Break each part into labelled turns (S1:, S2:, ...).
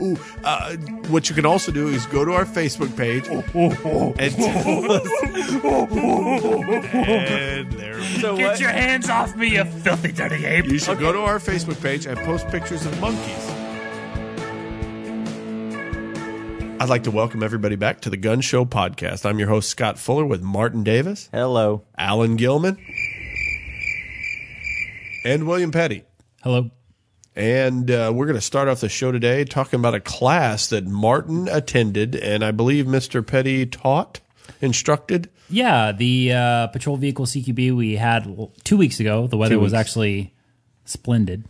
S1: Ooh, uh, what you can also do is go to our Facebook page and tell us- and there.
S2: So
S3: Get
S2: what?
S3: your hands off me, you filthy dirty ape!
S1: You should go to our Facebook page and post pictures of monkeys. I'd like to welcome everybody back to the Gun Show podcast. I'm your host Scott Fuller with Martin Davis,
S2: Hello.
S1: Alan Gilman, and William Petty.
S3: Hello.
S1: And uh, we're going to start off the show today talking about a class that Martin attended, and I believe Mr. Petty taught, instructed.
S3: Yeah, the uh, patrol vehicle CQB we had l- two weeks ago. The weather
S2: Two
S3: was
S2: weeks.
S3: actually splendid.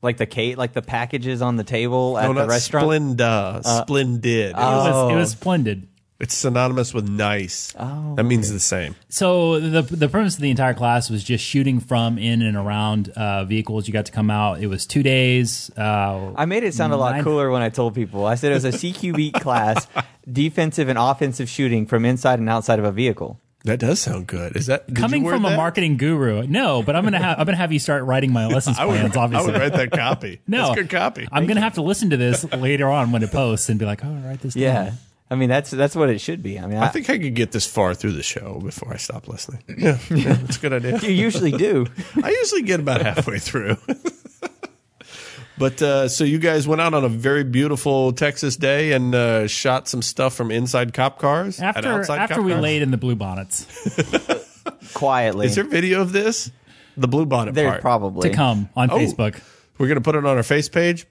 S2: Like the cake, like the packages on the table at
S1: no,
S2: the
S1: not
S2: restaurant. Uh,
S1: Splenda, splendid.
S3: It was,
S1: Oh.
S3: it was splendid.
S1: it's synonymous with nice. Oh, that means the same.
S3: So the the premise of the entire class was just shooting from in and around uh, vehicles. You got to come out. It was two days. Uh,
S2: I made it sound a lot
S3: Nine-
S2: cooler when I told people. I said it was a CQB class, defensive and offensive shooting from inside and outside of a vehicle.
S1: That does sound good. Is that did you
S3: coming
S1: word
S3: from a
S1: that?
S3: marketing guru, no, but I'm gonna have I'm gonna have you start writing my lessons
S1: I would,
S3: plans.
S1: I
S3: Obviously,
S1: would write that copy.
S3: no,
S1: That's good copy.
S3: I'm gonna have to listen to this later on when it posts and be like, oh, write this.
S2: Yeah,
S3: down.
S2: I mean that's that's what it should be. I mean,
S1: I
S2: I,
S1: think I could get this far through the show before I stop listening. Yeah, yeah that's a good idea.
S2: you usually do.
S1: I usually get about halfway through. but uh, so you guys went out on a very beautiful Texas day and uh, shot some stuff from inside cop cars and
S3: After
S1: outside
S3: after
S1: cop
S3: we
S1: cars?
S3: laid in the blue bonnets
S2: quietly.
S1: Is there video of this? The blue bonnet
S2: There's
S1: part.
S2: probably
S3: to come on
S1: Oh.
S3: Facebook.
S1: We're going to put it on our face page,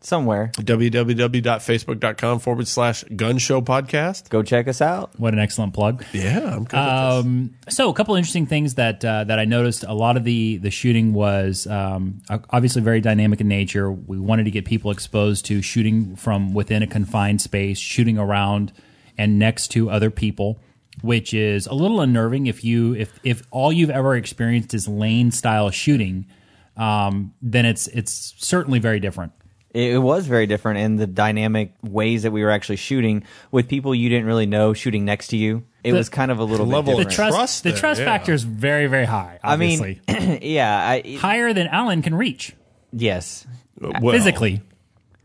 S2: somewhere.
S1: www.facebook.com forward slash gun show podcast.
S2: Go check us out.
S3: What an excellent plug.
S1: Yeah, I'm good with this.
S3: Um, so a couple interesting things that uh, that I noticed. A lot of the the shooting was um, o- obviously very dynamic in nature. We wanted to get people exposed to shooting from within a confined space, shooting around and next to other people, which is a little unnerving if you if if all you've ever experienced is lane style shooting. Um, then it's it's certainly very different.
S2: It it was very different in the dynamic ways that we were actually shooting with people you didn't really know shooting next to you. It was kind of a little
S1: level
S2: bit
S1: of
S3: The
S2: different.
S3: trust,
S1: Trust
S3: the
S1: there,
S3: trust
S1: yeah.
S3: factor is very very high.
S2: I mean,
S3: Obviously,
S2: yeah, I, it-
S3: higher than Alan can reach
S2: yes.
S1: Well,
S3: physically.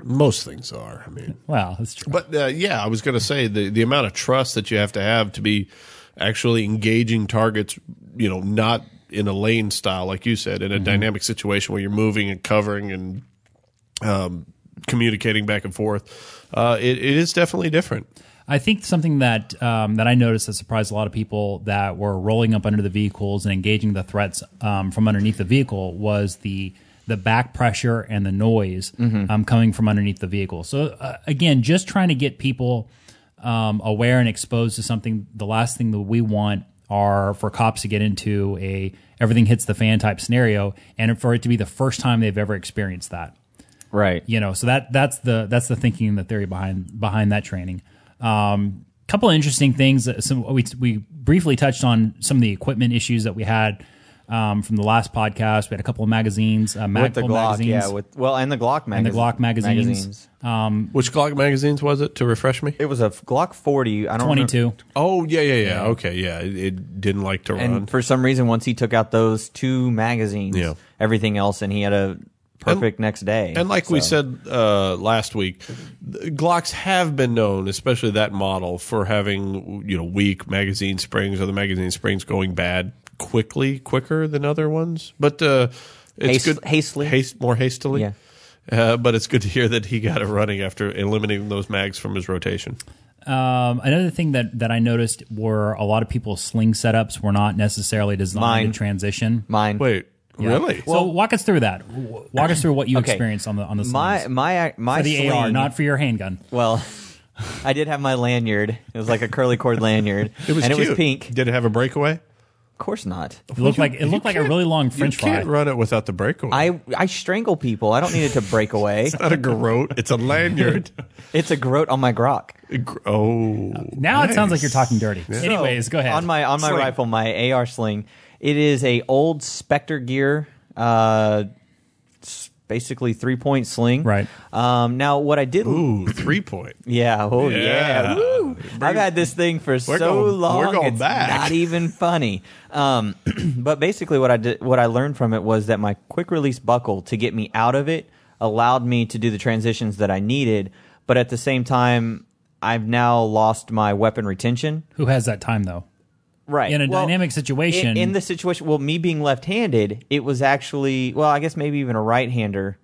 S1: Most things are. I mean,
S3: Well, that's true.
S1: But uh, yeah, I was going to say the the amount of trust that you have to have to be actually engaging targets, you know, not in a lane style like you said, in a dynamic situation where you're moving and covering and um, communicating back and forth. Uh, it, it is definitely different.
S3: I think something that um, that I noticed that surprised a lot of people that were rolling up under the vehicles and engaging the threats um, from underneath the vehicle was the the back pressure and the noise um, coming from underneath the vehicle. So uh, again, just trying to get people um, aware and exposed to something. The last thing that we want are for cops to get into a everything hits the fan type scenario, and for it to be the first time they've ever experienced that
S2: Right.
S3: you know so that that's the that's the thinking and the theory behind behind that training um couple of interesting things that some we, we briefly touched on some of the equipment issues that we had um, from the last podcast we had a couple of magazines uh,
S2: With the
S3: Magpul
S2: Glock,
S3: magazines
S2: yeah, with well, and the Glock magazine,
S3: the Glock magazines.
S1: Which Glock magazines was it to refresh me?
S2: It was a f- Glock 40. I don't remember-
S3: 22
S1: Oh yeah, yeah, yeah. Okay, yeah. It, it didn't like to run.
S2: And for some reason, once he took out those two magazines,
S1: Uh-huh. Yeah.
S2: everything else, and he had a perfect next day.
S1: And like we
S2: So-
S1: said uh, last week, th- Glocks have been known, especially that model, for having you know weak magazine springs or the magazine springs going bad quickly, quicker than other ones. But uh, it's
S2: Hast-
S1: good
S2: hastily?
S1: hast- more hastily.
S2: Yeah.
S1: Uh, but it's good to hear that he got it running after eliminating those mags from his rotation.
S3: um, another thing that that i noticed were a lot of people's sling setups were not necessarily designed
S2: Mine.
S3: to transition
S2: mine.
S1: Wait, really?
S3: so walk us through that W- walk us through what you
S2: Okay.
S3: experienced on the on the
S2: my
S3: slings.
S2: my my
S3: for the
S2: sling,
S3: ar not for your handgun
S2: well. I did have my lanyard. It was like a curly cord lanyard,
S1: it was
S2: and it was
S1: cute.
S2: pink.
S1: Did it have a breakaway?
S2: Of course not.
S3: it looked like it looked like a really long french
S1: you
S3: fry
S1: can't run it without the breakaway.
S2: I I strangle people. I don't need it to break away.
S1: not a garrote. It's a lanyard.
S2: it's a groat on my Glock.
S1: A gr- oh,
S3: Now it sounds like you're
S1: nice.
S3: talking dirty.
S2: So,
S3: Anyways, go ahead.
S2: Oh, On my on my
S1: Sling.
S2: rifle, my AR sling. It is a old Spectre gear, uh, s- basically three point sling.
S3: Right.
S2: Um, now, what I did,
S1: Ooh, three point.
S2: yeah, oh
S1: Yeah.
S2: yeah, woo. I've had this thing for so
S1: going-
S2: long,
S1: we're going
S2: it's
S1: back.
S2: not even funny. Um, but basically, what I did, what I learned from it was that my quick release buckle to get me out of it allowed me to do the transitions that I needed. But at the same time, I've now lost my weapon retention.
S3: Who has that time though?
S2: Right.
S3: In a
S2: Well,
S3: dynamic situation-
S2: In, in the situation, well, me being left handed, it was actually, well, I guess maybe even a right hander.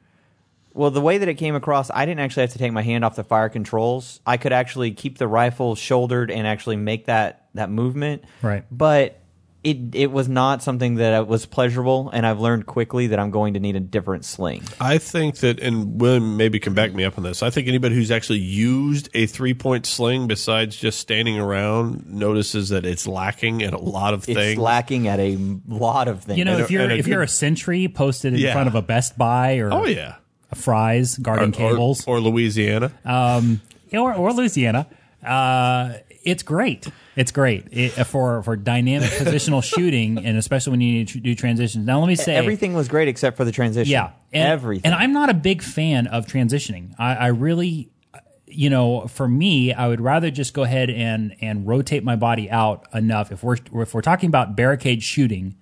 S2: Well, the way that it came across, I didn't actually have to take my hand off the fire controls. I could actually keep the rifle shouldered and actually make that, that movement.
S3: Right.
S2: But it, it was not something that was pleasurable, and I've learned quickly that I'm going to need a different sling.
S1: I think that, and William maybe can back me up on this. I think anybody who's actually used a three point sling besides just standing around notices that it's lacking in a lot of
S2: It's
S1: things.
S2: lacking at a lot of things.
S3: You know,
S1: And
S3: if
S1: a-
S3: you're
S1: and a
S3: if you're
S1: good-
S3: a sentry posted in
S1: Yeah.
S3: front of a Best Buy or
S1: oh, yeah.
S3: a Fry's guarding
S1: Or-
S3: cables
S1: Or, Louisiana.
S3: um, or, or Louisiana. Uh, it's great. It's great it, for for dynamic positional shooting, and especially when you need to do transitions. Now, let
S1: E-
S3: me say
S2: everything was great except for the transition.
S3: Yeah, and,
S2: everything.
S3: And I'm not a big fan of transitioning. I, I really, you know, for me, I would rather just go ahead and and rotate my body out enough. If we're if we're talking about barricade shooting,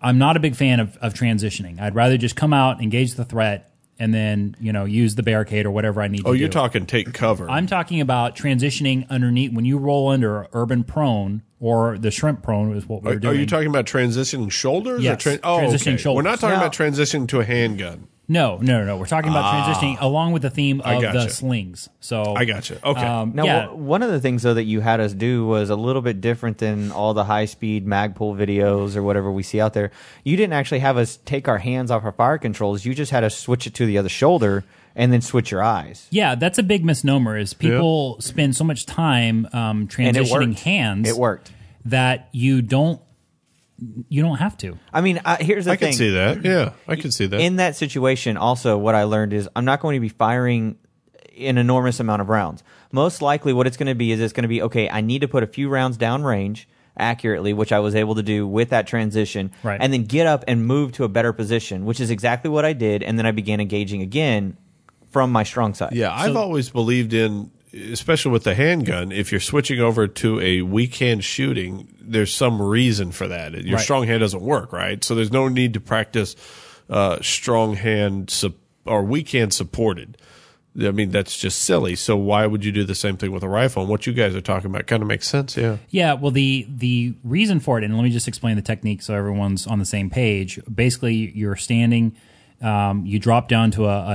S3: I'm not a big fan of, of transitioning. I'd rather just come out, engage the threat, and then you know use the barricade or whatever I need.
S1: Oh,
S3: to
S1: you're
S3: do.
S1: talking take cover.
S3: I'm talking about transitioning underneath when you roll under urban prone or the shrimp prone is what we
S1: are,
S3: were
S1: are
S3: doing.
S1: you talking about transitioning shoulders?
S3: Yes.
S1: Or tran- oh,
S3: Transitioning
S1: okay.
S3: shoulders.
S1: We're not talking
S2: Yeah.
S1: about transitioning to a handgun.
S3: No, no, no, no. We're talking about transitioning along with the theme of
S1: Ah. gotcha.
S3: the slings. So
S1: I gotcha. Okay.
S3: Um,
S2: Now,
S3: yeah,
S2: wh- one of the things though that you had us do was a little bit different than all the high speed Magpul videos or whatever we see out there. You didn't actually have us take our hands off our fire controls. You just had us switch it to the other shoulder and then switch your eyes.
S3: yeah, that's a big misnomer. Is people spend so much time um,
S2: And it
S3: transitioning
S2: worked.
S3: hands
S2: It worked.
S3: that you don't you don't have to.
S2: I mean, I, here's the
S1: I
S2: thing.
S1: can see that. Yeah, I can see that.
S2: in that situation, also what I learned is I'm not going to be firing an enormous amount of rounds. Most likely, what it's going to be is it's going to be okay. I need to put a few rounds downrange accurately, which I was able to do with that transition,
S3: Right.
S2: and then get up and move to a better position, which is exactly what I did. And then I began engaging again from my strong side.
S1: Yeah, I've always believed in, especially with the handgun, if you're switching over to a weak hand shooting, there's some reason for that. Your
S3: Right.
S1: strong hand doesn't work, right? So there's no need to practice uh, strong hand sup- or weak hand supported. I mean, that's just silly. So why would you do the same thing with a rifle? And what you guys are talking about kind of makes sense. Yeah.
S3: Yeah, well, the the reason for it, and let me just explain the technique so everyone's on the same page. Basically, you're standing, um, you drop down to a,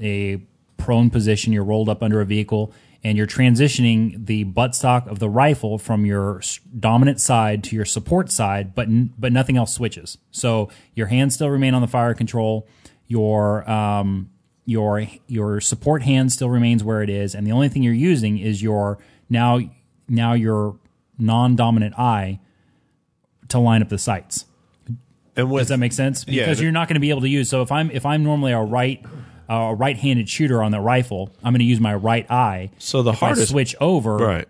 S3: a a prone position, you're rolled up under a vehicle, and you're transitioning the buttstock of the rifle from your s- dominant side to your support side, but n- but nothing else switches. So your hands still remain on the fire control. Your um, your your support hand still remains where it is, and the only thing you're using is your now now your non-dominant eye to line up the sights.
S1: And
S3: Does
S1: with
S3: that make sense?
S1: Yeah.
S3: Because you're not going to be able to use. So if I'm if I'm normally a right uh, a right-handed shooter on the rifle, I'm going to use my right eye.
S1: so the
S3: if I
S1: hardest
S3: switch over,
S1: Right.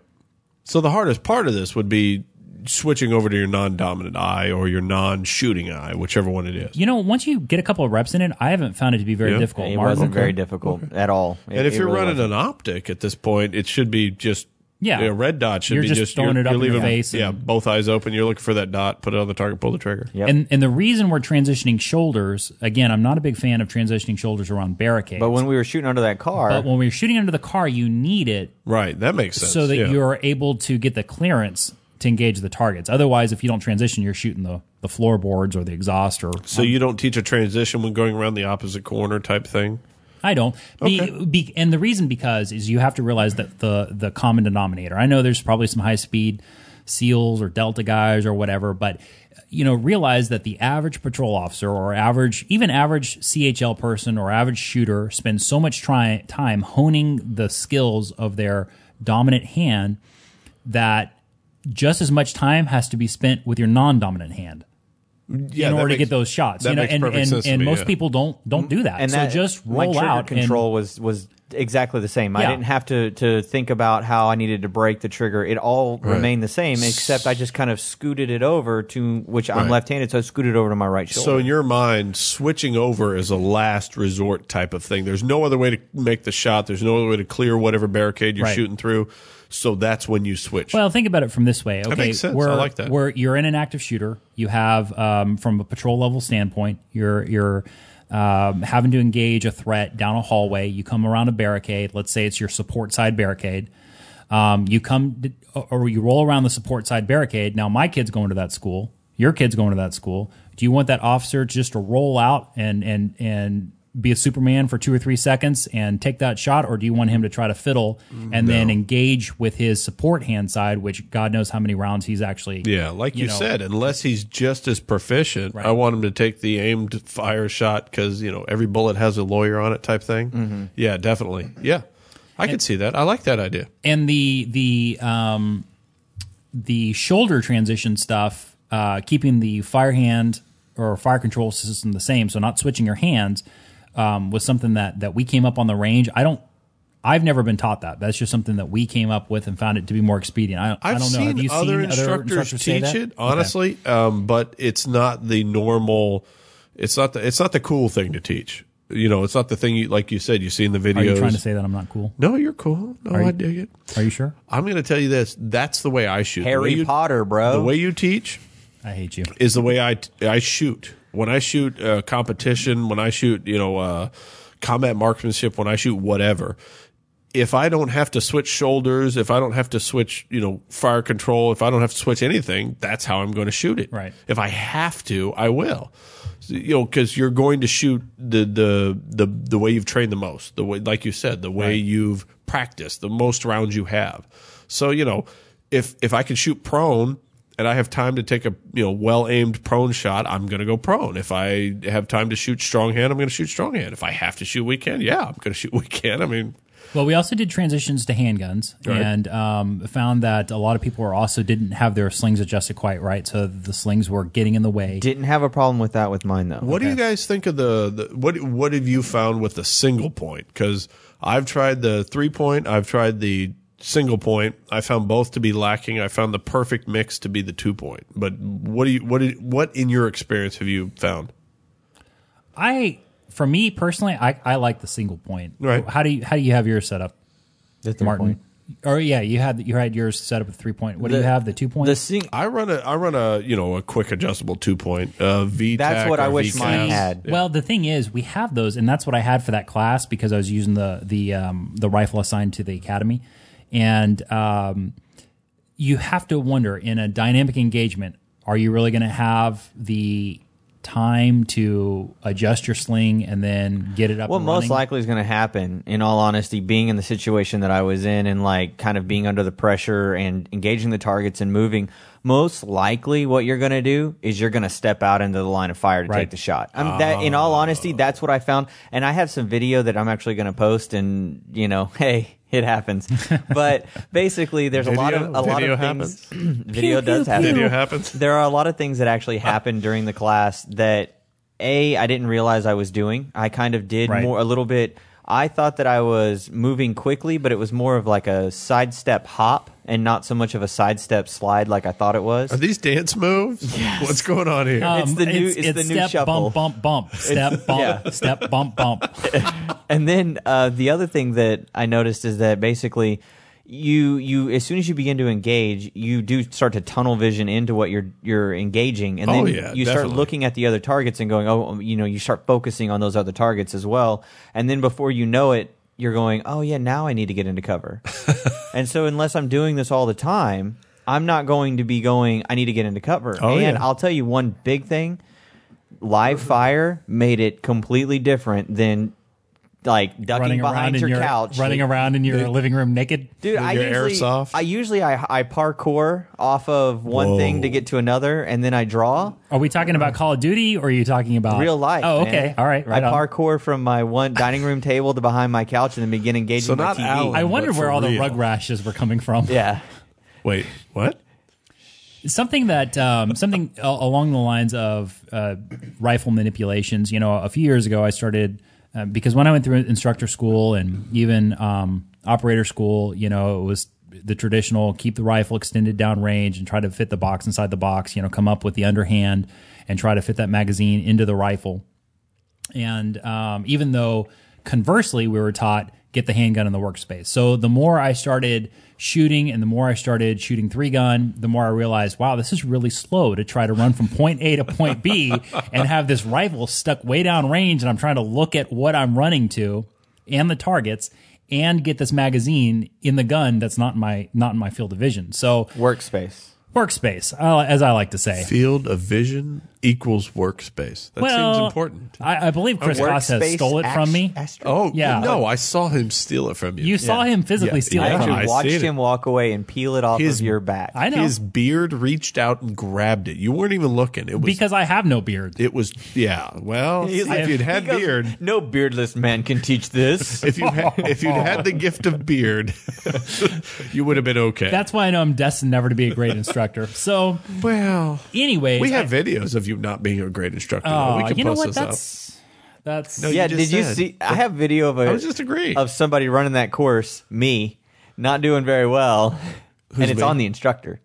S1: So the hardest part of this would be switching over to your non-dominant eye or your non-shooting eye, whichever one it is.
S3: you know, once you get a couple of reps in it, I haven't found it to be very
S1: Yeah.
S3: difficult.
S2: It
S3: Mark.
S2: wasn't very difficult at all. It-
S1: And if
S2: it
S1: you're
S2: really
S1: running
S2: wasn't.
S1: an optic at this point, it should be just
S3: Yeah.
S1: A red dot should
S3: You're
S1: be
S3: just
S1: just,
S3: throwing it up in your face
S1: Yeah,
S3: and-
S1: both eyes open. You're looking for that dot. Put it on the target. Pull the trigger.
S2: Yep.
S3: And and the reason we're transitioning shoulders again, I'm not a big fan of transitioning shoulders around barricades.
S2: but when we were shooting under that car,
S3: but when we're shooting under the car, you need it
S1: Right. That makes sense.
S3: so that
S1: yeah.
S3: you're able to get the clearance to engage the targets. Otherwise, if you don't transition, you're shooting the, the floorboards or the exhaust or
S1: so you don't teach a transition when going around the opposite corner type thing.
S3: I don't. Be, be, and the reason because is you have to realize that the the common denominator. I know there's probably some high speed seals or delta guys or whatever, but you know realize that the average patrol officer or average even average CHL person or average shooter spends so much try, time honing the skills of their dominant hand that just as much time has to be spent with your non-dominant hand
S1: Yeah,
S3: in
S1: that
S3: order to
S1: makes-
S3: get those shots.
S1: that
S3: you know,
S1: makes
S3: and
S1: perfect
S3: and,
S1: sense to
S3: and
S1: me,
S3: most
S1: yeah.
S3: people don't don't do that.
S2: and
S3: so
S2: that,
S3: just
S2: my
S3: roll
S2: trigger
S3: out and-
S2: Control was was exactly the same.
S3: Yeah.
S2: I didn't have to to think about how I needed to break the trigger. It all remained the same, except I just kind of scooted it over to which I'm
S1: Right.
S2: left-handed, so I scooted over to my right shoulder.
S1: So in your mind, switching over is a last resort type of thing. There's no other way to make the shot. There's no other way to clear whatever barricade you're
S3: Right.
S1: shooting through. So that's when you switch.
S3: Well, think about it from this way. Okay,
S1: makes sense.
S3: We're,
S1: I like that.
S3: Where you're in an active shooter, you have um, from a patrol level standpoint, your your um, having to engage a threat down a hallway. You come around a barricade. Let's say it's your support side barricade. Um, you come d- or you roll around the support side barricade. Now my kid's going to that school. Your kid's going to that school. Do you want that officer just to roll out and and and be a Superman for two or three seconds and take that shot, or do you want him to try to fiddle and then engage with his support hand side, which God knows how many rounds he's actually
S1: Yeah, like you,
S3: know,
S1: said, unless he's just as proficient, I want him to take the aimed fire shot because you know every bullet has a lawyer on it type thing.
S3: Mm-hmm.
S1: Yeah, definitely. Yeah, I could see that. I like that idea.
S3: and the the um the shoulder transition stuff uh keeping the fire hand or fire control system the same so not switching your hands um was something that that we came up on the range i don't I've never been taught that. That's just something that we came up with and found it to be more expedient. I, I
S1: I've
S3: don't know.
S1: seen,
S3: Have you
S1: other,
S3: seen
S1: instructors
S3: other instructors say
S1: teach
S3: that?
S1: it,
S3: Okay.
S1: honestly, um, but it's not the normal. It's not the it's not the cool thing to teach. You know, it's not the thing you like. You said you see in the videos.
S3: Are you trying to say that I'm not cool?
S1: no, you're cool. No, I dig it.
S3: Are you sure?
S1: I'm going to tell you this. That's the way I shoot. The way
S2: Harry
S1: you-
S2: Potter, bro.
S1: The way you teach
S3: I hate you.
S1: is the way I I shoot. When I shoot uh, competition, when I shoot you know uh, combat marksmanship, when I shoot whatever, if I don't have to switch shoulders, if I don't have to switch you know fire control, if I don't have to switch anything, that's how I'm going to shoot it.
S3: Right.
S1: If I have to, I will. So, You know, because you're going to shoot the, the the the way you've trained the most, the way, like you said, the way you've practiced, the most rounds you have. So you know, if if I can shoot prone and I have time to take a you know well aimed prone shot, I'm going to go prone. If I have time to shoot strong hand, I'm going to shoot strong hand. If I have to shoot weak hand, yeah, I'm going to shoot weak hand. I mean,
S3: Well, we also did transitions to handguns
S1: Right.
S3: and um, found that a lot of people were also didn't have their slings adjusted quite right, so the slings were getting in the way.
S2: Didn't have a problem with that with mine though.
S1: What do you guys think of the, the what what have you found with the single point? Because I've tried the three point, I've tried the single point. I found both to be lacking. I found the perfect mix to be the two point. But what do you what did, what in your experience have you found?
S3: I, for me personally, I, I like the single point.
S1: Right.
S3: How do you how do you have yours set up,
S2: The three
S3: Martin?
S2: point.
S3: Or yeah, you had you had yours set up with three point. What do you have? The two point.
S2: The sing-
S1: I run a I run a you know a quick adjustable two point uh, V.
S2: That's what I wish mine had.
S3: Well, the thing is, we have those, and that's what I had for that class because I was using the the um, the rifle assigned to the academy, and um, you have to wonder in a dynamic engagement, are you really going to have the time to adjust your sling and then get it up?
S2: What
S3: and
S2: most
S3: running?
S2: likely is going to happen, in all honesty, being in the situation that I was in and like kind of being under the pressure and engaging the targets and moving, most likely what you're going to do is you're going to step out into the line of fire to
S3: Right. Ah.
S2: take the shot. I'm that in all honesty, that's what I found, and I have some video that I'm actually going to post, and you know, hey. It happens, but basically, there's a lot of
S1: Video-
S2: a lot
S1: video
S2: of things. video does happen.
S1: Video happens.
S2: There are a lot of things that actually happened during the class that a I didn't realize I was doing. I kind of did
S3: Right.
S2: more a little bit. I thought that I was moving quickly, but it was more of like a sidestep hop and not so much of a sidestep slide like I thought it was.
S1: Are these dance moves? What's going on here?
S3: Um,
S2: It's the new- it's the new
S3: step
S2: shuffle.
S3: bump bump bump step bump
S2: yeah.
S3: step bump bump.
S2: and then uh, the other thing that I noticed is that basically you you as soon as you begin to engage, you do start to tunnel vision into what you're you're engaging, and
S1: Oh,
S2: then
S1: yeah, definitely.
S2: you start looking at the other targets and going, oh, you know, you start focusing on those other targets as well, and then before you know it, you're going, oh yeah, now I need to get into cover, and so unless I'm doing this all the time. I'm not going to be going. I need to get into cover,
S1: Oh,
S2: and
S1: yeah.
S2: I'll tell you one big thing: live fire made it completely different than like ducking
S3: running around
S2: behind
S3: in
S2: your,
S3: your
S2: couch,
S3: running around in your living room naked.
S2: Dude,
S1: with
S2: I
S1: your
S2: usually,
S1: airsoft.
S2: I usually I, I parkour off of one
S1: Whoa.
S2: thing to get to another, and then I draw
S3: Are we talking about Call of Duty or are you talking about
S2: real life.
S3: Oh,
S2: man.
S3: okay, all right, right
S2: I
S3: on.
S2: parkour from my one dining room table to behind my couch, and then begin engaging
S1: So
S2: my
S1: not
S2: TV.
S1: Alan.
S3: I wonder
S1: But
S3: where
S1: for
S3: all the
S1: real.
S3: rug rashes were coming from.
S2: yeah,
S1: Wait, what?
S3: Something that um, something a- along the lines of uh, rifle manipulations. You know, a few years ago, I started uh, because when I went through instructor school and even um, operator school, you know, it was the traditional keep the rifle extended down range and try to fit the box inside the box. You know, come up with the underhand and try to fit that magazine into the rifle. And um, even though conversely, we were taught get the handgun in the workspace. So the more I started shooting and the more I started shooting three gun, the more I realized, wow, this is really slow to try to run from point A to point B and have this rifle stuck way down range and I'm trying to look at what I'm running to and the targets and get this magazine in the gun that's not in my not in my field of vision. So
S2: Workspace.
S3: workspace, uh, as I like to say.
S1: Field of vision equals workspace. That
S3: Well,
S1: seems important.
S3: I, I believe Chris Costa
S2: Workspace
S3: stole it
S2: act-
S3: from me.
S2: asterisk.
S1: Oh
S3: Yeah.
S1: yeah, no, I saw him steal it from you.
S3: You saw him physically
S1: Yeah,
S3: steal
S1: yeah.
S3: it from me.
S2: I
S1: I
S2: watched
S1: seen it.
S2: him walk away and peel it off
S1: His-
S2: of your back.
S3: I know
S1: His beard reached out and grabbed it. You weren't even looking. It was.
S3: because I have no beard.
S1: it was. Yeah. Well,
S2: He's
S1: if
S2: like-
S1: you'd
S2: he
S1: had
S2: goes,
S1: beard,
S2: No beardless man can teach this.
S1: if you had, if you'd had the gift of beard, you would have been okay.
S3: That's why I know I'm destined never to be a great instructor. So,
S1: well.
S3: anyways,
S1: We
S3: I-
S1: have videos of you not being a great instructor. though. we
S3: Aw,
S1: can
S3: you know
S1: post
S3: what?
S1: this up.
S3: That's that's
S1: No,
S2: yeah,
S1: just
S2: did you
S1: said.
S2: see? I have video of a
S1: I was just agreeing.
S2: of somebody running that course, me, not doing very well, and it's
S1: me?
S2: on the instructor.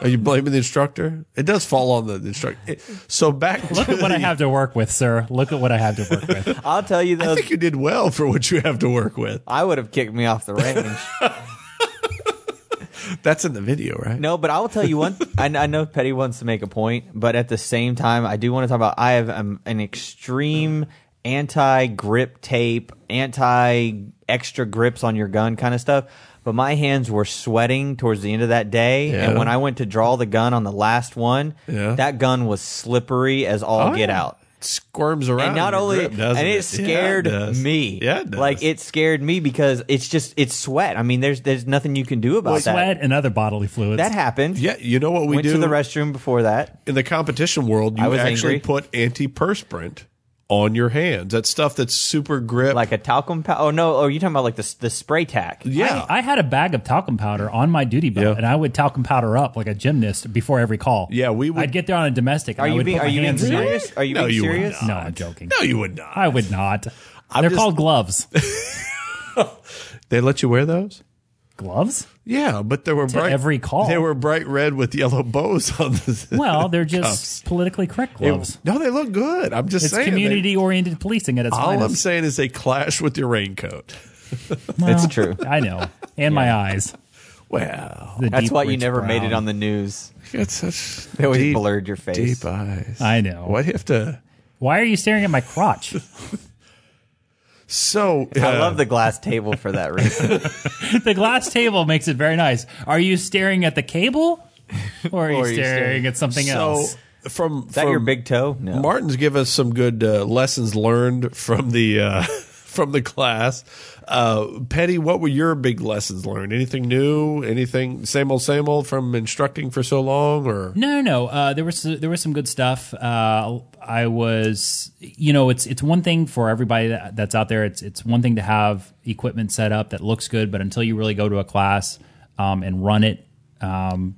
S1: Are you blaming the instructor? It does fall on the instructor. So back.
S3: look
S1: to
S3: at what
S1: the-
S3: I have to work with, sir. Look at what I have to work with.
S2: I'll tell you
S1: I
S2: though,
S1: think you did well for what you have to work with.
S2: I would have kicked me off the range.
S1: That's in the video, right?
S2: No, but I will tell you one. I, I know Petty wants to make a point, but at the same time, I do want to talk about. I have um, an extreme anti grip tape, anti extra grips on your gun kind of stuff. But my hands were sweating towards the end of that day, and
S1: Yeah.
S2: when I went to draw the gun on the last one,
S1: Yeah.
S2: that gun was slippery as all
S1: Oh,
S2: get
S1: yeah.
S2: out.
S1: It squirms around.
S2: And not
S1: your
S2: only,
S1: grip, doesn't
S2: and it scared
S1: Yeah, it does.
S2: me.
S1: Yeah, it does.
S2: like it scared me because it's just it's sweat. I mean, there's there's nothing you can do about that.
S3: Sweat and other bodily fluids.
S2: That happened.
S1: Yeah, you know what we
S2: Went
S1: do
S2: to the restroom before that.
S1: in the competition world?
S2: I
S1: You
S2: was
S1: actually
S2: angry.
S1: put antiperspirant on your hands. That stuff that's super grip.
S2: Like a talcum powder. Oh no! Oh, you're talking about like the s- the spray tack.
S1: yeah,
S3: I, I had a bag of talcum powder on my duty belt,
S1: Yeah.
S3: and I would talcum powder up like a gymnast before every call.
S1: Yeah, we would-
S3: I'd get there on a domestic.
S2: Are
S3: and I
S2: you
S3: would
S2: being
S3: put
S2: Are
S3: my
S2: you being
S3: hands in my-
S2: serious? Are you
S1: No,
S2: being
S1: you would
S2: serious?
S1: not.
S3: No, I'm joking.
S1: no, you would not.
S3: I would not. They're
S1: just-
S3: called gloves.
S1: They let you wear those.
S3: gloves?
S1: Yeah, but they were bright,
S3: every call.
S1: They were bright red with yellow bows on the.
S3: Well, they're just politically correct gloves.
S1: no, they look good. I'm just
S3: it's
S1: saying. they-
S3: community-oriented policing at its
S1: all I'm
S3: finest.
S1: saying is they clash with your raincoat.
S2: It's true.
S3: I know, and my eyes.
S1: Well,
S3: The
S2: That's
S3: deep,
S2: why you
S3: rich
S2: never made
S3: brown.
S2: it on the news.
S1: it's such
S2: They always
S1: deep,
S2: blurred your face.
S1: deep eyes.
S3: I know.
S1: Why do you have to?
S3: Why are you staring at my crotch?
S1: So
S2: I love the glass table for that reason.
S3: the glass table makes it very nice. Are you staring at the cable, or are you,
S2: Or are you
S3: staring,
S2: staring-
S3: at something
S1: so
S3: else?
S1: from
S2: Is that your big toe? No.
S1: Martin's give us some good uh, lessons learned from the uh, from the class. Uh, Petty, what were your big lessons learned? Anything new? Anything same old same old from instructing for so long? Or
S3: No, no, no. Uh, there was there was some good stuff. Uh, I was, you know, it's it's one thing for everybody that, that's out there. It's it's one thing to have equipment set up that looks good, but until you really go to a class um, and run it, um,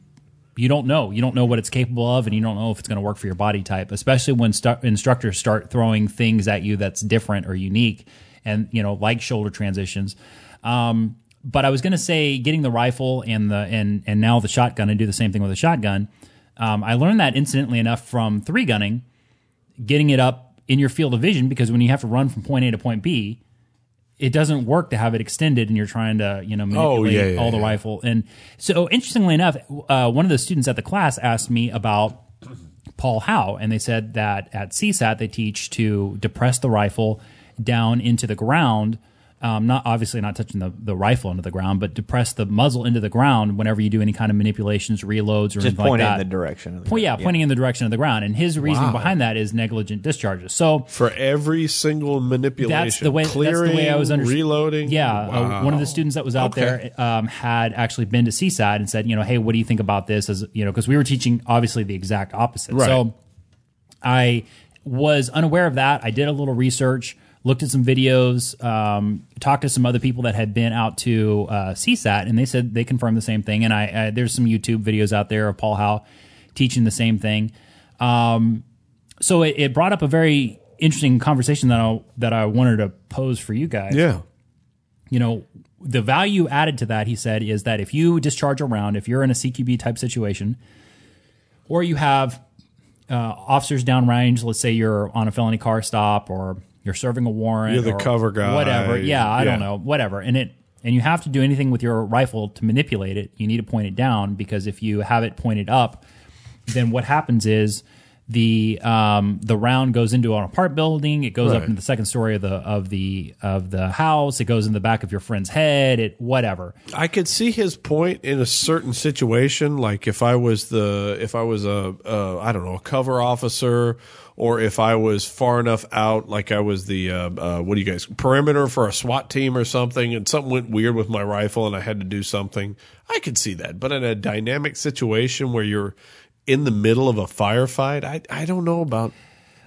S3: you don't know. You don't know what it's capable of, and you don't know if it's going to work for your body type. Especially when stu- instructors start throwing things at you that's different or unique, and you know, like shoulder transitions. Um, but I was going to say, getting the rifle and the and and now the shotgun. I do the same thing with a shotgun. Um, I learned that incidentally enough from three gunning, getting it up in your field of vision because when you have to run from point A to point B, it doesn't work to have it extended and you're trying to you know manipulate
S1: Oh, yeah, yeah,
S3: all the
S1: yeah.
S3: rifle. And so interestingly enough, uh, one of the students at the class asked me about Paul Howe, and they said that at CSAT they teach to depress the rifle down into the ground. Um, not obviously not touching the, the rifle into the ground, but depress the muzzle into the ground whenever you do any kind of manipulations, reloads, or
S2: Just
S3: anything like
S2: pointing
S3: that.
S2: in the direction. Of the
S3: Well, yeah, pointing in the direction of the ground. And his reasoning behind that is negligent discharges. So
S1: for every single manipulation,
S3: that's the way
S1: clearing,
S3: that's the way I was understanding.
S1: reloading.
S3: Yeah, uh, one of the students that was out
S1: Okay.
S3: there um, had actually been to Seaside and said, you know, hey, what do you think about this? As you know, because we were teaching obviously the exact opposite.
S1: Right.
S3: So I was unaware of that. I did a little research, looked at some videos, um, talked to some other people that had been out to uh, CSAT, and they said they confirmed the same thing. And I, I there's some YouTube videos out there of Paul Howe teaching the same thing. Um, so it, it brought up a very interesting conversation that I that I wanted to pose for you guys
S1: yeah.
S3: you know, the value added to that, he said, is that if you discharge a round, if you're in a CQB type situation, or you have uh, officers downrange, let's say you're on a felony car stop or you're serving a warrant.
S1: You're the
S3: or
S1: cover guy.
S3: Whatever. Yeah, I don't
S1: Yeah.
S3: know. Whatever. And it and you have to do anything with your rifle to manipulate it. You need to point it down because if you have it pointed up, then what happens is the um, the round goes into an apartment building. It goes up
S1: Right.
S3: into the second story of the of the of the house. It goes in the back of your friend's head. It whatever.
S1: I could see his point in a certain situation, like if I was the if I was a uh, I don't know a cover officer, or if I was far enough out, like I was the uh, uh, what do you guys perimeter for a SWAT team or something, and something went weird with my rifle and I had to do something. I could see that, but in a dynamic situation where you're in the middle of a firefight, I I don't know about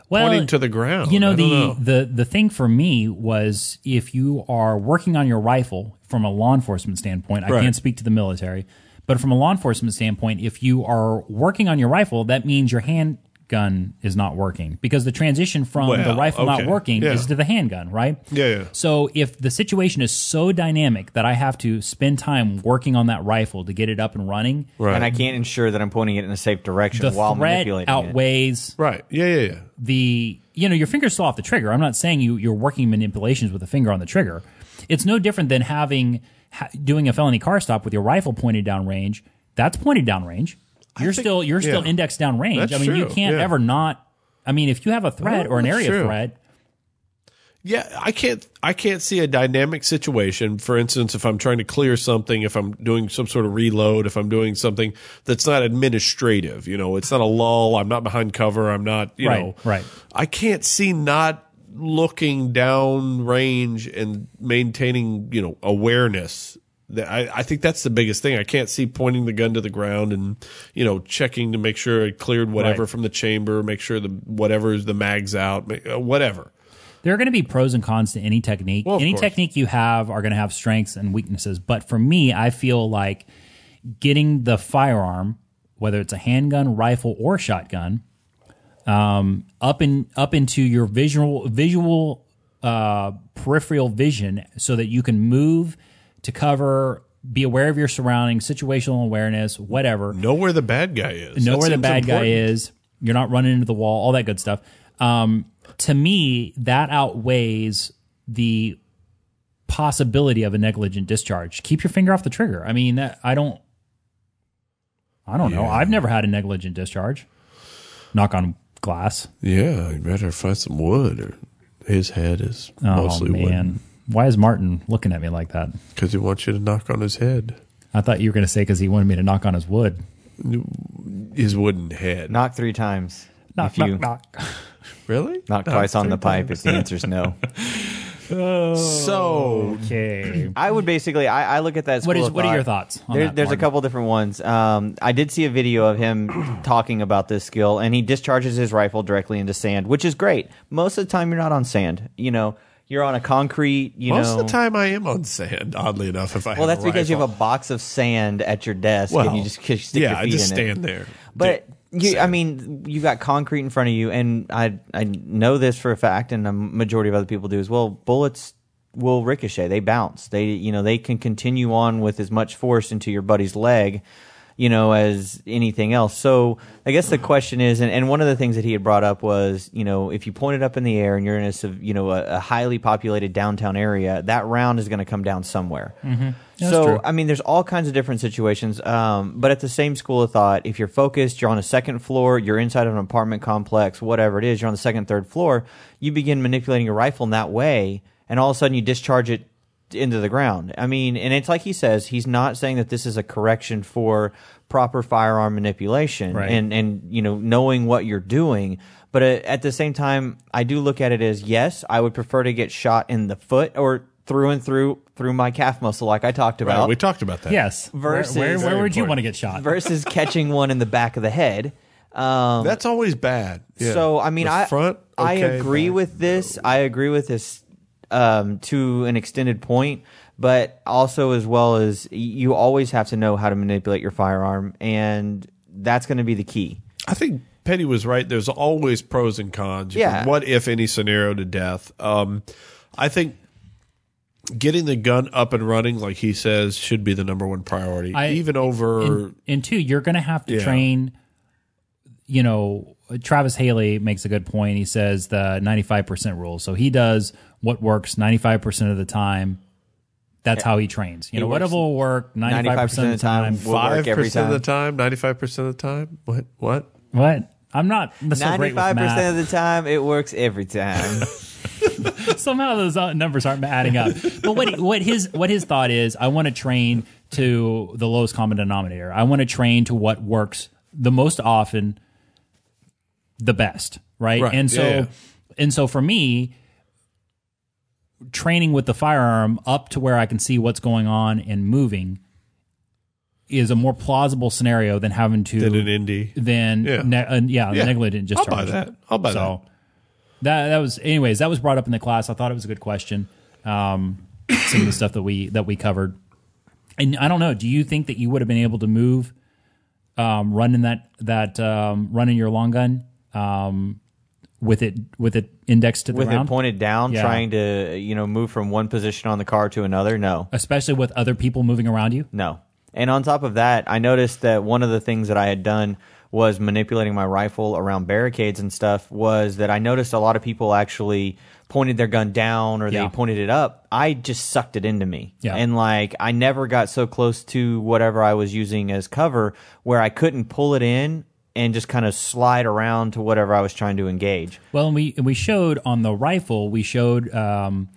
S1: pointing to the ground.
S3: You know
S1: I
S3: the
S1: don't know.
S3: the the thing for me was if you are working on your rifle from a law enforcement standpoint, I
S1: Right.
S3: can't speak to the military, but from a law enforcement standpoint, if you are working on your rifle, that means your handgun is not working because the transition from the
S1: Well,
S3: rifle not
S1: okay.
S3: working
S1: Yeah.
S3: is to the handgun, right?
S1: Yeah, yeah.
S3: So if the situation is so dynamic that I have to spend time working on that rifle to get it up and running,
S1: right.
S2: and I can't ensure that I'm pointing it in a safe direction
S3: the
S2: while
S3: threat
S2: manipulating it.
S3: outweighs
S1: right. Yeah, yeah, yeah.
S3: the you know your finger's still off the trigger. I'm not saying you you're working manipulations with a finger on the trigger. It's no different than having ha, doing a felony car stop with your rifle pointed down range. That's pointed down range. You're
S1: think-
S3: still you're still
S1: yeah.
S3: index down range.
S1: That's
S3: I mean, you
S1: true,
S3: can't
S1: yeah.
S3: ever not. I mean, if you have a threat
S1: Well,
S3: or an
S1: that's
S3: area
S1: true.
S3: threat,
S1: Yeah, I can't I can't see a dynamic situation. For instance, if I'm trying to clear something, if I'm doing some sort of reload, if I'm doing something that's not administrative, you know, it's not a lull, I'm not behind cover, I'm not, you
S3: Right,
S1: know.
S3: right.
S1: I can't see not looking down range and maintaining, you know, awareness. That I, I think that's the biggest thing. I can't see pointing the gun to the ground and, you know, checking to make sure it cleared whatever
S3: Right.
S1: from the chamber, make sure the whatever's the mag's out, ma- uh, whatever.
S3: There are going to be pros and cons to any technique.
S1: Well, of
S3: any
S1: course.
S3: technique you have are going to have strengths and weaknesses. But for me, I feel like getting the firearm, whether it's a handgun, rifle, or shotgun, um, up in up into your visual visual uh, peripheral vision, so that you can move to cover, be aware of your surroundings, situational awareness, whatever
S1: know where the bad guy is.
S3: know
S1: That
S3: where the
S1: seems
S3: bad guy
S1: important.
S3: is. You're not running into the wall, all that good stuff. Um, to me, that outweighs the possibility of a negligent discharge. Keep your finger off the trigger. I mean, that, I don't, I don't know. I've never had a negligent discharge. Knock on glass.
S1: Yeah, you better find some wood. Or his head is
S3: Oh
S1: mostly
S3: man,
S1: wood
S3: why is Martin looking at me like that?
S1: because he wants you to knock on his head,
S3: I thought you were going to say because he wanted me to knock on his wood.
S1: his wooden head.
S2: Knock three times.
S3: Knock,
S2: if you
S3: knock, knock.
S1: really?
S2: knock twice on the pipe, if the answer's no,
S1: So
S3: Okay.
S2: I
S1: Mm.
S2: would basically. I, I look at that. As
S3: What
S2: school
S3: is-
S2: of
S3: what are
S2: thought.
S3: your thoughts on
S2: There-
S3: that,
S2: there's
S3: Martin?
S2: a couple different ones. Um, I did see a video of him talking about this skill, and he discharges his rifle directly into sand, which is great. Most of the time, you're not on sand. You know, you're on a concrete. You
S1: most
S2: know,
S1: of the time I am on sand. Oddly enough, if I
S2: Well,
S1: have
S2: that's
S1: a
S2: because you
S1: rifle.
S2: have a box of sand at your desk,
S1: well,
S2: and you just stick
S1: yeah,
S2: your feet
S1: I just
S2: in it.
S1: stand there.
S2: But
S1: Dude,
S2: you, I mean, you got concrete in front of you, and I I know this for a fact, and a majority of other people do as well. Bullets will ricochet; they bounce. They you know they can continue on with as much force into your buddy's leg, you know, as anything else. So I guess the question is, and, and one of the things that he had brought up was, you know, if you point it up in the air and you're in a civ- you know a, a highly populated downtown area, that round is going to come down somewhere. So
S3: true.
S2: I mean, there's all kinds of different situations. Um, but at the same school of thought, if you're focused, you're on a second floor, you're inside of an apartment complex, whatever it is, you're on the second, third floor, you begin manipulating your rifle in that way, and all of a sudden you discharge it into the ground. I mean, and it's like he says, he's not saying that this is a correction for proper firearm manipulation
S3: Right.
S2: and and you know knowing what you're doing. But at, at the same time, I do look at it as yes, I would prefer to get shot in the foot or through and through through my calf muscle, like I talked
S1: Right,
S2: about,
S1: we talked about that.
S3: Yes.
S2: Versus-
S3: where, where, where would you
S1: Very
S3: want to get shot?
S2: versus catching one in the back of the head. Um,
S1: that's always bad. Yeah.
S2: So I mean,
S1: The
S2: I
S1: front.
S2: I
S1: okay,
S2: agree
S1: back.
S2: with this. I agree with this um, to an extended point, but also as well as y- you always have to know how to manipulate your firearm, and that's going to be the key.
S1: I think Petty was right. There's always pros and cons. You
S2: Yeah.
S1: can What if any scenario to death? Um, I think getting the gun up and running, like he says, should be the number one priority,
S3: I-
S1: even over.
S3: and, and two, you're going to have to
S1: Yeah.
S3: train, you know, Travis Haley makes a good point. He says the 95% rule. So he does what works 95% of the time. That's how he trains. You know,
S2: works
S3: whatever will work 95%, of the time.
S2: will work every
S1: percent of
S2: time.
S1: the time, ninety-five percent of the time. What? What?
S3: What? I'm not I'm so great with
S2: Ninety-five percent
S3: math.
S2: of the time, it works every time.
S3: Somehow those uh, numbers aren't adding up. But what what his what his thought is, I want to train to the lowest common denominator. I want to train to what works the most often, the best, right?
S1: Right.
S3: And so
S1: Yeah, yeah.
S3: and so for me, training with the firearm up to where I can see what's going on and moving is a more plausible scenario than having to
S1: Did an indie?
S3: than
S1: Yeah.
S3: yeah, ne- uh, yeah,
S1: Yeah.
S3: negligent
S1: I'll
S3: discharge.
S1: buy that. I'll buy
S3: so uh, that. that was anyways. That was brought up in the class. I thought it was a good question. Um, some of the stuff that we that we covered, and I don't know. Do you think that you would have been able to move, um, running that that um, running your long gun, um, with it with it indexed to the
S2: With
S3: ground,
S2: it pointed down,
S3: Yeah.
S2: trying to you know move from one position on the car to another. No,
S3: especially with other people moving around you?
S2: No. And on top of that, I noticed that one of the things that I had done was manipulating my rifle around barricades and stuff was that I noticed a lot of people actually pointed their gun down or they
S3: Yeah.
S2: pointed it up. I just sucked it into me.
S3: Yeah.
S2: And like I never got so close to whatever I was using as cover where I couldn't pull it in and just kind of slide around to whatever I was trying to engage.
S3: Well, and we and we showed on the rifle, we showed um,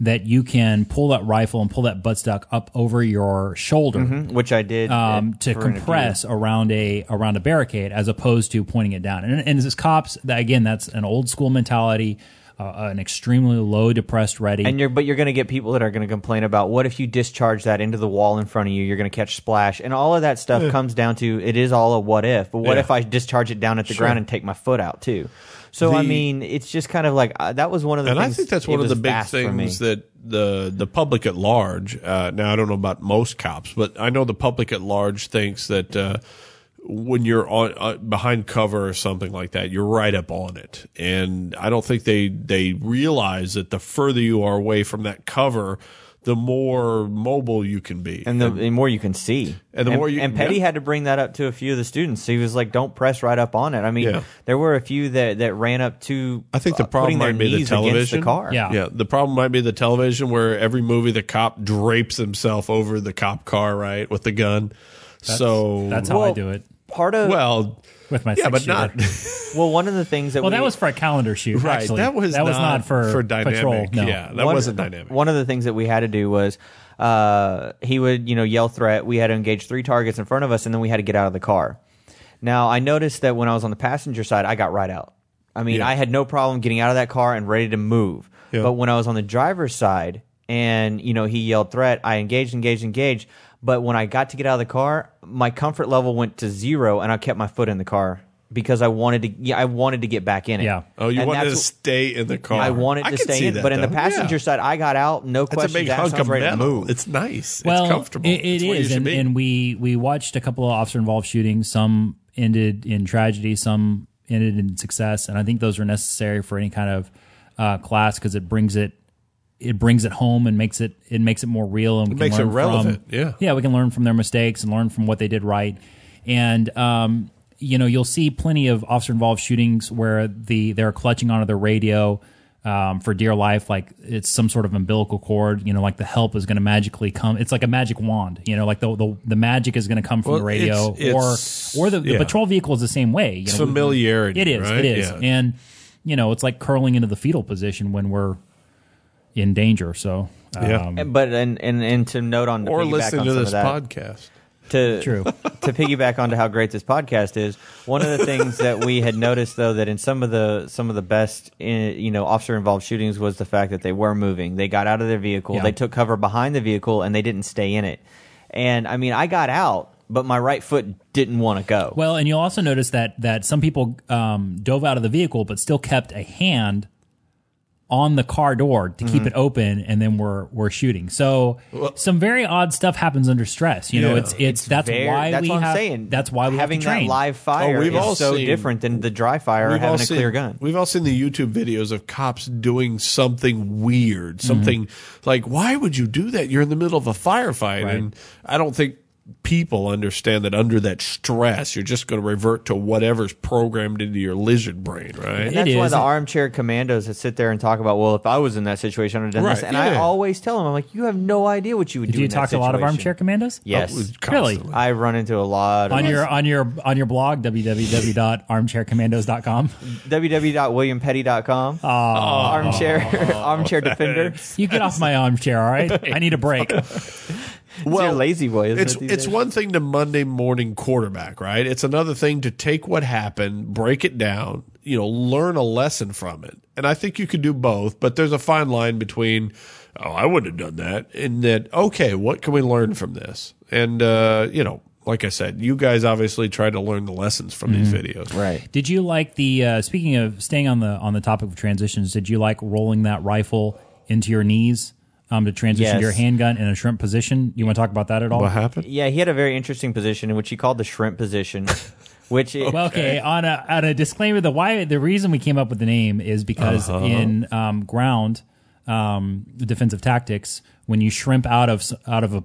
S3: that you can pull that rifle and pull that buttstock up over your shoulder
S2: Which I did
S3: um,
S2: uh,
S3: to
S2: for an appeal.
S3: compress around a around a barricade as opposed to pointing it down. And, and as cops, that, again, that's an old school mentality, uh, an extremely low depressed ready.
S2: And you're but you're going to get people that are going to complain about what if you discharge that into the wall in front of you, you're going to catch splash, and all of that stuff comes down to it is all a what if. But what
S1: Yeah.
S2: if I discharge it down at the ground and take my foot out too? So I
S1: The-
S2: mean, it's just kind of like uh, that was one of the
S1: and I
S2: things.
S1: think that's
S2: it
S1: one of
S2: was
S1: the big
S2: fast for me.
S1: things that the the public at large. Uh, now I don't know about most cops, but I know the public at large thinks that uh, when you're on uh, behind cover or something like that, you're right up on it. And I don't think they they realize that the further you are away from that cover, the more mobile you can be.
S2: and the, the more you can see,
S1: And the more you-
S2: and Petty
S1: yeah.
S2: had to bring that up to a few of the students. He was like, "Don't press right up on it." I mean,
S1: Yeah.
S2: there were a few that that ran up to.
S1: I think the
S2: uh,
S1: problem
S2: putting their
S1: might be the
S2: knees against
S1: television.
S2: the car.
S3: Yeah.
S1: Yeah, the problem might be the television where every movie the cop drapes himself over the cop car, right, with the gun. so
S3: that's how I
S2: Well,
S3: do it
S2: Part of
S1: well,
S3: with my
S1: yeah,
S3: six
S1: but
S3: shooter.
S1: not
S2: well, one of the things that
S3: Well,
S2: we,
S3: that was for a calendar shoot.
S1: right.
S3: actually.
S1: that was
S3: that was not, for
S1: dynamic.
S3: patrol. No.
S1: Yeah, that
S2: One-
S1: wasn't dynamic.
S2: One of the things that we had to do was uh, he would, you know, yell threat. We had to engage three targets in front of us, and then we had to get out of the car. Now, I noticed that when I was on the passenger side, I got right out. I mean,
S1: Yeah.
S2: I had no problem getting out of that car and ready to move.
S1: Yeah.
S2: But when I was on the driver's side and, you know, he yelled threat, I engaged, engaged, engaged. But when I got to get out of the car, my comfort level went to zero and I kept my foot in the car because I wanted to yeah, I wanted to get back in it.
S3: Yeah.
S1: Oh, you
S2: And
S1: wanted
S2: that's
S1: to
S2: wh-
S1: stay in the car.
S2: I wanted to
S1: can
S2: stay
S1: see
S2: in,
S1: that,
S2: but in the
S1: though.
S2: passenger
S1: Yeah.
S2: side, I got out. No
S1: That's a
S2: questions
S1: big
S2: asked.
S1: hunk
S2: I was
S1: of
S2: ready to
S1: metal.
S2: move.
S1: It's nice.
S3: well,
S1: it's comfortable.
S3: It, it
S1: it's where you
S3: is,
S1: should
S3: and,
S1: be.
S3: and we we watched a couple of officer-involved shootings. Some ended in tragedy, some ended in success, and I think those are necessary for any kind of uh, class because it brings it it brings it home and makes it it makes it more real and we can
S1: makes it
S3: learn
S1: relevant,
S3: From,
S1: yeah.
S3: yeah, we can learn from their mistakes and learn from what they did right, and. um you know, you'll see plenty of officer-involved shootings where the they're clutching onto their radio, um, for dear life, like it's some sort of umbilical cord. You know, like the help is going to magically come. It's like a magic wand. You know, like the the, the magic is going to come from the
S1: Well,
S3: radio,
S1: it's- it's-
S3: or or the, the
S1: yeah.
S3: patrol vehicle is the same way. You know, we-
S1: familiarity,
S3: It is.
S1: right?
S3: It is.
S1: Yeah.
S3: And you know, it's like curling into the fetal position when we're in danger. So um,
S1: Yeah.
S2: And- But and, and and to note on
S1: or
S2: piggyback
S1: listen
S2: on
S1: to
S2: some of
S1: this
S2: that,
S1: podcast.
S2: to
S3: True.
S2: to piggyback onto how great this podcast is. One of the things that we had noticed though that in some of the some of the best eh, you know officer involved shootings was the fact that they were moving. They got out of their vehicle.
S3: Yeah.
S2: They took cover behind the vehicle and they didn't stay in it. And I mean, I got out, but my right foot didn't want to go.
S3: Well, and you'll also notice that that some people um, dove out of the vehicle, but still kept a hand on the car door to keep it open, and then we're we're shooting. So some very odd stuff happens under stress. You know,
S1: Yeah.
S3: it's it's, that's
S2: Very-
S3: why
S2: that's
S3: we
S2: what I'm
S3: have
S2: saying.
S3: that's why we
S2: having
S3: have to train.
S2: that live fire
S1: Oh, we've
S2: is
S1: all
S2: so
S1: seen-
S2: different than the dry fire or
S1: We've all
S2: having a
S1: seen-
S2: clear gun.
S1: We've all seen the YouTube videos of cops doing something
S2: Mm-hmm.
S1: weird, something like, why would you do that? You're in the middle of a firefight. And I don't think people understand that under that stress, you're just going to revert to whatever's programmed into your lizard brain,
S2: And
S1: right?
S2: that's
S3: It
S2: why
S3: is.
S2: the armchair commandos that sit there and talk about, well, if I was in that situation, I'd have done this.
S1: Right,
S2: And I
S1: yeah.
S2: always tell them, I'm like, you have no idea what you would
S3: Do
S2: do.
S3: you
S2: in that
S3: talk to a lot of
S2: situation."
S3: armchair commandos?
S2: Yes,
S3: Really?
S1: Constantly.
S2: I run into a lot of
S3: On your on your on your blog www.armchaircommandos.com. Oh.
S2: www.williampetty.com. armchair armchair defender.
S3: You get off my armchair, all right? I need a break.
S2: Well, lazy boy. Isn't
S1: It's
S2: it, these
S1: it's
S2: days?
S1: one thing to Monday morning quarterback, right? It's another thing to take what happened, break it down, you know, learn a lesson from it. And I think you could do both, but there's a fine line between oh, I wouldn't have done that and that okay, what can we learn from this? And uh, you know, like I said, you guys obviously try to learn the lessons from these videos.
S2: Mm-hmm. right.
S3: Did you like the uh, speaking of staying on the on the topic of transitions? Did you like rolling that rifle into your knees um, to transition
S2: Yes.
S3: to your handgun in a shrimp position? You want to talk about that at all?
S1: What happened?
S2: Yeah, he had a very interesting position in which he called the shrimp position, which it,
S3: Well, okay. On a on a disclaimer, the why the reason we came up with the name is because in um, ground um, defensive tactics, when you shrimp out of s- out of a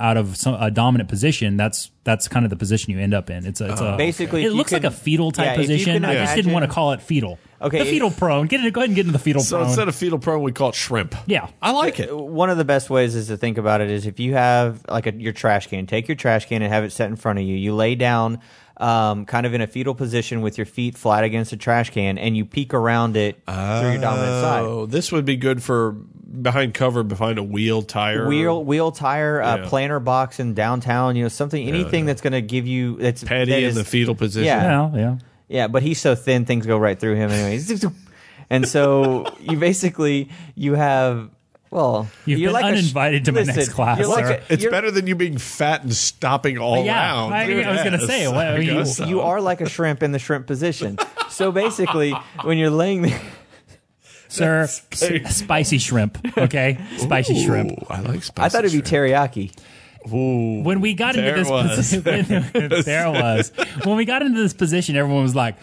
S3: out of some, a dominant position, that's that's kind of the position you end up in. It's a, it's a
S2: Basically,
S3: It
S2: if you
S3: looks
S2: can-
S3: like a fetal type
S2: yeah, if you
S3: position.
S2: can
S3: I just didn't
S2: imagine-
S3: want to call it fetal.
S2: Okay,
S3: the
S2: it-
S3: fetal prone. Get in, go ahead and get into the fetal
S1: So
S3: prone.
S1: instead of fetal prone, we call it shrimp.
S3: Yeah.
S1: I like it.
S2: one of the best ways is to think about it is if you have like a, your trash can, take your trash can and have it set in front of you. You lay down, um, kind of in a fetal position with your feet flat against the trash can, and you peek around it through your dominant side.
S1: Oh, this would be good for behind cover, behind a wheel tire.
S2: Wheel, wheel tire, uh,
S1: Yeah.
S2: planter box in downtown. You know something, anything that's going to give you that's
S1: Petty
S2: that
S1: in
S2: is-
S1: the fetal position.
S2: Yeah.
S3: yeah, yeah.
S2: Yeah, but he's so thin, things go right through him, anyways. and so you basically you have well,
S3: You've
S2: you're
S3: been
S2: like a sh-
S3: uninvited to my
S2: listen,
S3: next class,
S2: you're like
S3: sir.
S2: a-
S1: It's
S2: you're-
S1: better than you being fat and stopping all
S3: Yeah,
S1: around.
S3: I- I was gonna say, what-
S1: I
S3: you-
S1: guess so.
S2: You are like a shrimp in the shrimp position. so basically, when you're laying there,
S3: Sir, s- spicy shrimp. Okay, spicy
S1: Ooh,
S3: shrimp.
S1: I like spicy
S2: I thought it'd be teriyaki.
S1: be Ooh,
S3: when we got
S1: There
S3: into this
S1: was.
S3: position, when, there was when we got into this position, everyone was like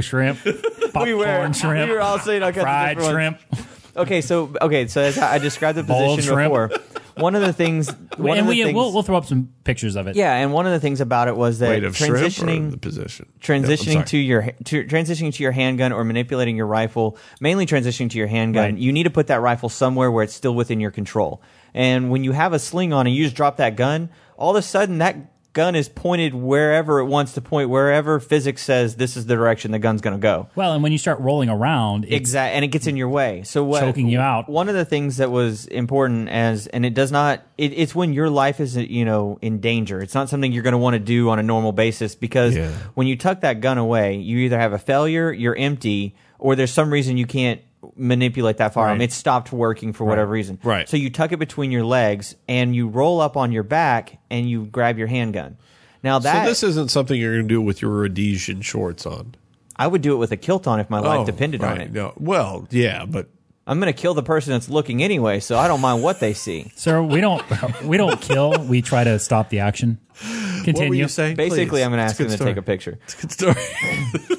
S3: shrimp, popcorn
S2: We were-
S3: shrimp,
S2: we were all saying all kinds of
S3: fried
S2: different
S3: shrimp,
S2: Okay, so okay, so that's how I described the
S3: Bowl of
S2: position
S3: shrimp.
S2: before. One of the things, one
S3: and
S2: of the
S3: we
S2: things,
S3: we'll, we'll throw up some pictures of it.
S2: yeah, and one of the things about it was that
S1: weight of shrimp or
S2: transitioning
S1: the position.
S2: transitioning
S1: No, I'm sorry.
S2: to your to, transitioning to your handgun or manipulating your rifle, mainly transitioning to your handgun,
S3: Right.
S2: you need to put that rifle somewhere where it's still within your control. And when you have a sling on and you just drop that gun, all of a sudden that gun is pointed wherever it wants to point, wherever physics says this is the direction the gun's going to go.
S3: Well, and when you start rolling around, it's,
S2: Exactly, and it gets in your way. So what,
S3: Choking you out.
S2: One of the things that was important as, and it does not. It, it's when your life is you know in danger. It's not something you're going to want to do on a normal basis because
S1: Yeah.
S2: when you tuck that gun away, you either have a failure, you're empty, or there's some reason you can't manipulate that firearm.
S3: Right.
S2: It stopped working for whatever reason.
S1: Right.
S2: So you tuck it between your legs and you roll up on your back and you grab your handgun. Now that
S1: so this isn't something you're going to do with your Rhodesian shorts on.
S2: I would do it with a kilt on if my life
S1: Oh,
S2: depended on
S1: right,
S2: it.
S1: No, well, yeah, but
S2: I'm going to kill the person that's looking anyway, so I don't mind what they see.
S3: sir, we don't we don't kill. We try to stop the action. Continue.
S1: what were you saying?
S2: Basically,
S1: Please.
S2: I'm going to
S1: It's
S2: ask
S1: a
S2: him
S1: good
S2: to
S1: story.
S2: take a picture.
S1: It's a good story.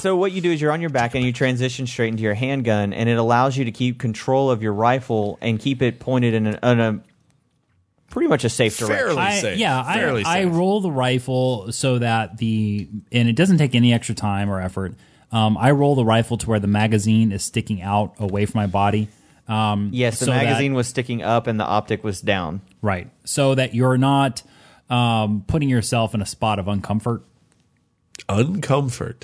S2: So what you do is you're on your back and you transition straight into your handgun, and it allows you to keep control of your rifle and keep it pointed in, an, in a pretty much a safe direction.
S1: Fairly
S3: I,
S1: safe.
S3: Yeah,
S1: Fairly
S3: I, I
S1: safe.
S3: roll the rifle so that the and it doesn't take any extra time or effort. Um, I roll the rifle to where the magazine is sticking out away from my body. Um,
S2: Yes, the
S3: so that-
S2: magazine was sticking up and the optic was down.
S3: Right. So that you're not um, putting yourself in a spot of uncomfort.
S1: Uncomfort.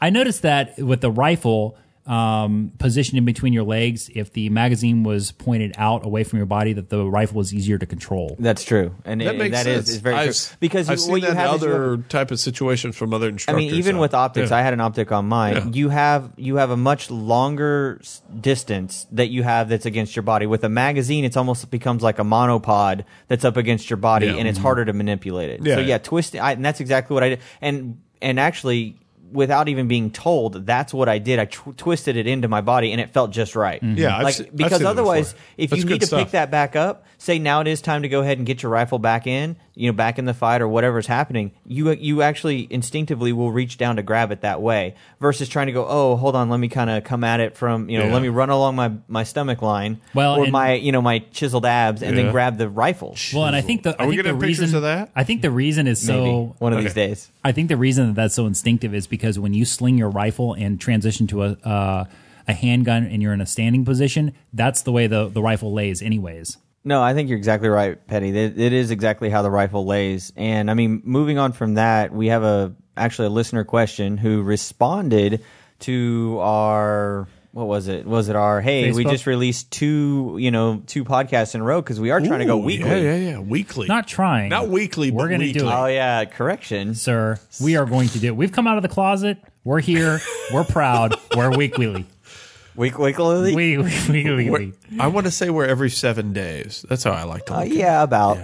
S3: I noticed that with the rifle um, positioned in between your legs, if the magazine was pointed out away from your body, that the rifle was easier to control.
S2: That's true, and
S1: That
S2: it,
S1: makes
S2: that is
S1: sense.
S2: it's very
S1: I've,
S2: true because
S1: I've
S2: you-
S1: seen
S2: what
S1: that
S2: you
S1: in
S2: have is you have-
S1: other type of situations from other
S2: I
S1: instructors.
S2: mean, even
S1: so-
S2: with optics,
S1: Yeah.
S2: I had an optic on mine.
S1: Yeah.
S2: You have you have a much longer s- distance that you have that's against your body. With a magazine, it's almost becomes like a monopod that's up against your body,
S1: Yeah.
S2: and it's harder to manipulate it.
S1: Yeah,
S2: so yeah,
S1: yeah.
S2: twisting, I, and that's exactly what I did. And and actually, without even being told, that's what I did. I tw- twisted it into my body, and it felt just right.
S1: Mm-hmm. Yeah, I've
S2: like
S1: se- I've
S2: because
S1: seen that
S2: otherwise,
S1: before.
S2: if
S1: That's
S2: you
S1: good
S2: need to
S1: stuff.
S2: pick that back up, say now it is time to go ahead and get your rifle back in. you know back in the fight or whatever's happening, you you actually instinctively will reach down to grab it that way versus trying to go, oh, hold on, let me kind of come at it from you know,
S1: Yeah.
S2: let me run along my my stomach line
S3: Well,
S2: or
S3: and-
S2: my you know my chiseled abs and
S1: Yeah.
S2: then grab the rifle.
S3: Well, and I think the I
S1: Are we
S3: think the
S1: gonna have pictures
S3: reason
S1: of that?
S3: I think the reason is
S2: Maybe
S3: so
S2: one of
S1: Okay.
S2: these days.
S3: I think the reason that that's so instinctive is because when you sling your rifle and transition to a uh, a handgun and you're in a standing position, that's the way the the rifle lays, anyways.
S2: No, I think you're exactly right, Petty. It, it is exactly how the rifle lays. And I mean, moving on from that, we have a actually a listener question who responded to our what was it? Was it our hey? We
S3: Facebook?
S2: just released two, you know, two podcasts in a row because we are trying to go
S1: Ooh,
S2: weekly.
S1: Yeah, yeah, yeah. Weekly.
S3: Not trying.
S1: Not weekly,
S3: We're
S1: but
S3: gonna do
S1: weekly.
S3: it.
S2: Oh yeah, correction.
S3: sir. We are going to do. it. We've come out of the closet. We're here. We're proud. We're weekly.
S2: Week weekly.
S3: We weekly.
S1: We're- I want to say we're every seven days. That's how I like to
S2: Uh,
S1: look.
S2: yeah, about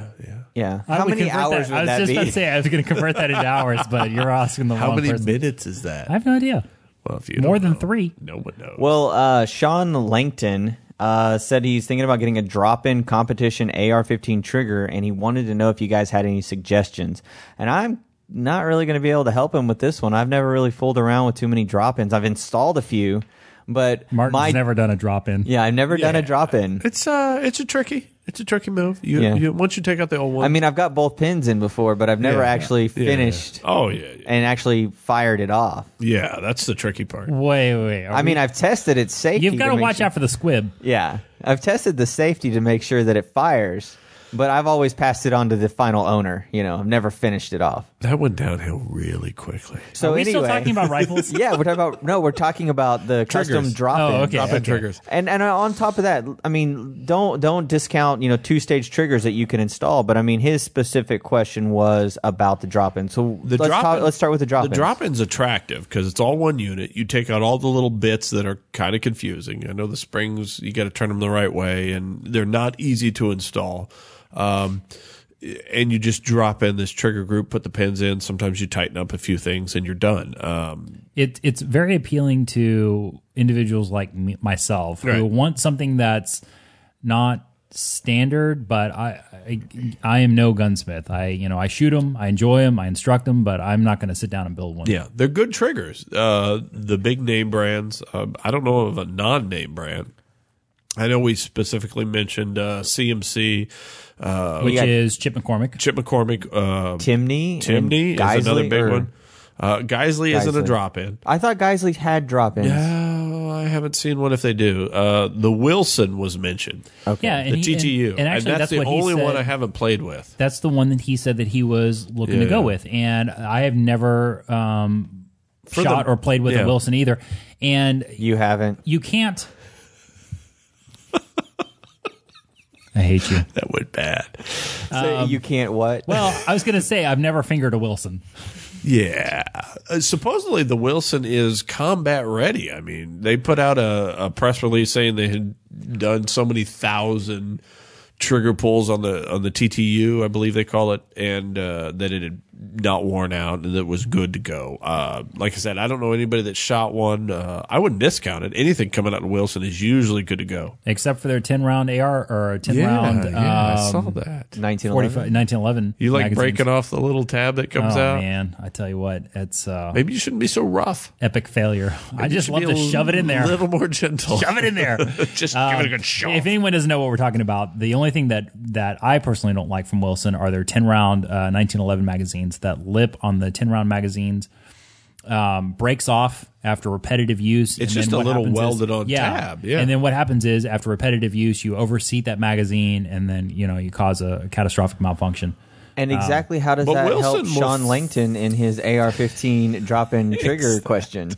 S2: yeah.
S3: I
S2: How
S3: would
S2: many
S3: convert
S2: hours
S3: that.
S2: would
S3: I was
S2: that
S3: just
S2: be?
S3: about to say I was going to convert that into hours, but you're asking the
S1: How
S3: wrong
S1: many
S3: person.
S1: minutes is that?
S3: I have no idea.
S1: well, if you
S3: More
S1: don't
S3: than
S1: know,
S3: three.
S1: No one knows.
S2: Well, uh, Sean Langton uh, said he's thinking about getting a drop-in competition AR-15 trigger, and he wanted to know if you guys had any suggestions. And I'm not really going to be able to help him with this one. I've never really fooled around with too many drop-ins. I've installed a few, but
S3: Martin's
S2: my
S3: never done a drop in.
S2: yeah, I've never done
S1: Yeah.
S2: a drop-in.
S1: it's uh, it's a tricky, it's a tricky move. You,
S2: Yeah.
S1: you once you take out the old one.
S2: I mean, I've got both pins in before, but I've never
S1: Yeah.
S2: actually
S1: Yeah, yeah.
S2: finished
S1: Oh yeah, yeah.
S2: and actually fired it off.
S1: yeah. That's the tricky part.
S3: Wait, wait. wait. Are
S2: I
S3: we-
S2: mean, I've tested its safety.
S3: you've got to
S2: make
S3: watch
S2: sure-
S3: out for the squib.
S2: Yeah. I've tested the safety to make sure that it fires, but I've always passed it on to the final owner. You know, I've never finished it off.
S1: That went downhill really quickly.
S2: So
S3: are we
S2: anyway,
S3: still talking about rifles?
S2: yeah, we're talking about no, we're talking about the
S1: Triggers.
S2: custom drop.
S3: Oh, okay.
S1: Drop in triggers.
S2: And and on top of that, I mean, don't don't discount you know two stage triggers that you can install. But I mean, his specific question was about the drop in. So
S1: The
S2: let's
S1: drop.
S2: talk, let's start with the drop in.
S1: The drop in's attractive because it's all one unit. You take out all the little bits that are kind of confusing. I know the springs. You got to turn them the right way, and they're not easy to install. Um, and you just drop in this trigger group, put the pins in. Sometimes you tighten up a few things, and you're done. Um,
S3: it, it's very appealing to individuals like me, myself
S1: Right.
S3: who want something that's not standard but I, I i am no gunsmith i you know i shoot them i enjoy them i instruct them but i'm not going to sit down and build one
S1: yeah, they're good triggers. Uh, the big name brands. Um, I don't know of a non-name brand. I know we specifically mentioned uh, CMC,
S3: which
S2: got-
S3: is chip mccormick
S1: Chip McCormick, um,
S2: Timney. and
S1: Timney is another
S2: Geisley,
S1: big
S2: or-
S1: one. Uh, Geisley, isn't a
S2: Geisley.
S1: drop in.
S2: I thought Geisley had drop ins.
S1: Oh, I haven't seen one if they do. Uh, the Wilson was mentioned.
S2: Okay.
S3: yeah
S1: The
S3: and he- and-
S1: TTU.
S3: and, actually
S1: that's,
S3: that's,
S1: the
S3: what
S1: only
S3: he said.
S1: one I haven't played with.
S3: that's the one that he said that he was looking to go
S1: Yeah.
S3: with and i have never um
S1: the-
S3: shot or played with
S1: yeah.
S3: a wilson either and
S2: You haven't.
S3: you can't i hate you
S1: That went bad. Um,
S2: So you can't what?
S3: Well, I was going to say I've never fingered a Wilson.
S1: Yeah. Uh, supposedly, the Wilson is combat ready. I mean, they put out a, a press release saying they had done so many thousand trigger pulls on the on the TTU, I believe they call it, and uh, that it had not worn out and that it was good to go. Uh, like I said, I don't know anybody that shot one. Uh, I wouldn't discount it. Anything coming out of Wilson is usually good to go.
S3: Except for their 10 round AR or 10 round um,
S1: that.
S2: 1911.
S3: 45, 1911.
S1: You like
S3: magazines.
S1: breaking off the little tab that
S3: Oh,
S1: comes out?
S3: man. I tell you what, it's uh,
S1: Maybe you shouldn't be so rough.
S3: epic failure. I
S1: You
S3: just
S1: should
S3: love
S1: be
S3: to
S1: a
S3: shove it in there.
S1: little more gentle.
S3: Shove it in there.
S1: Just
S3: Um,
S1: give it a good shot.
S3: If anyone doesn't know what we're talking about, the only thing that that I personally don't like from Wilson are their ten round uh, nineteen eleven magazines. That lip on the ten round magazines um, breaks off after repetitive use.
S1: It's just a
S3: what
S1: little
S3: happens
S1: welded on tab, yeah.
S3: And then what happens is after repetitive use, you overseat that magazine, and then you know you cause a catastrophic malfunction.
S2: And exactly how does
S1: Um, but
S2: that
S1: Wilson
S2: help
S1: will
S2: Sean
S1: f-
S2: Langton in his AR-15 drop-in trigger question?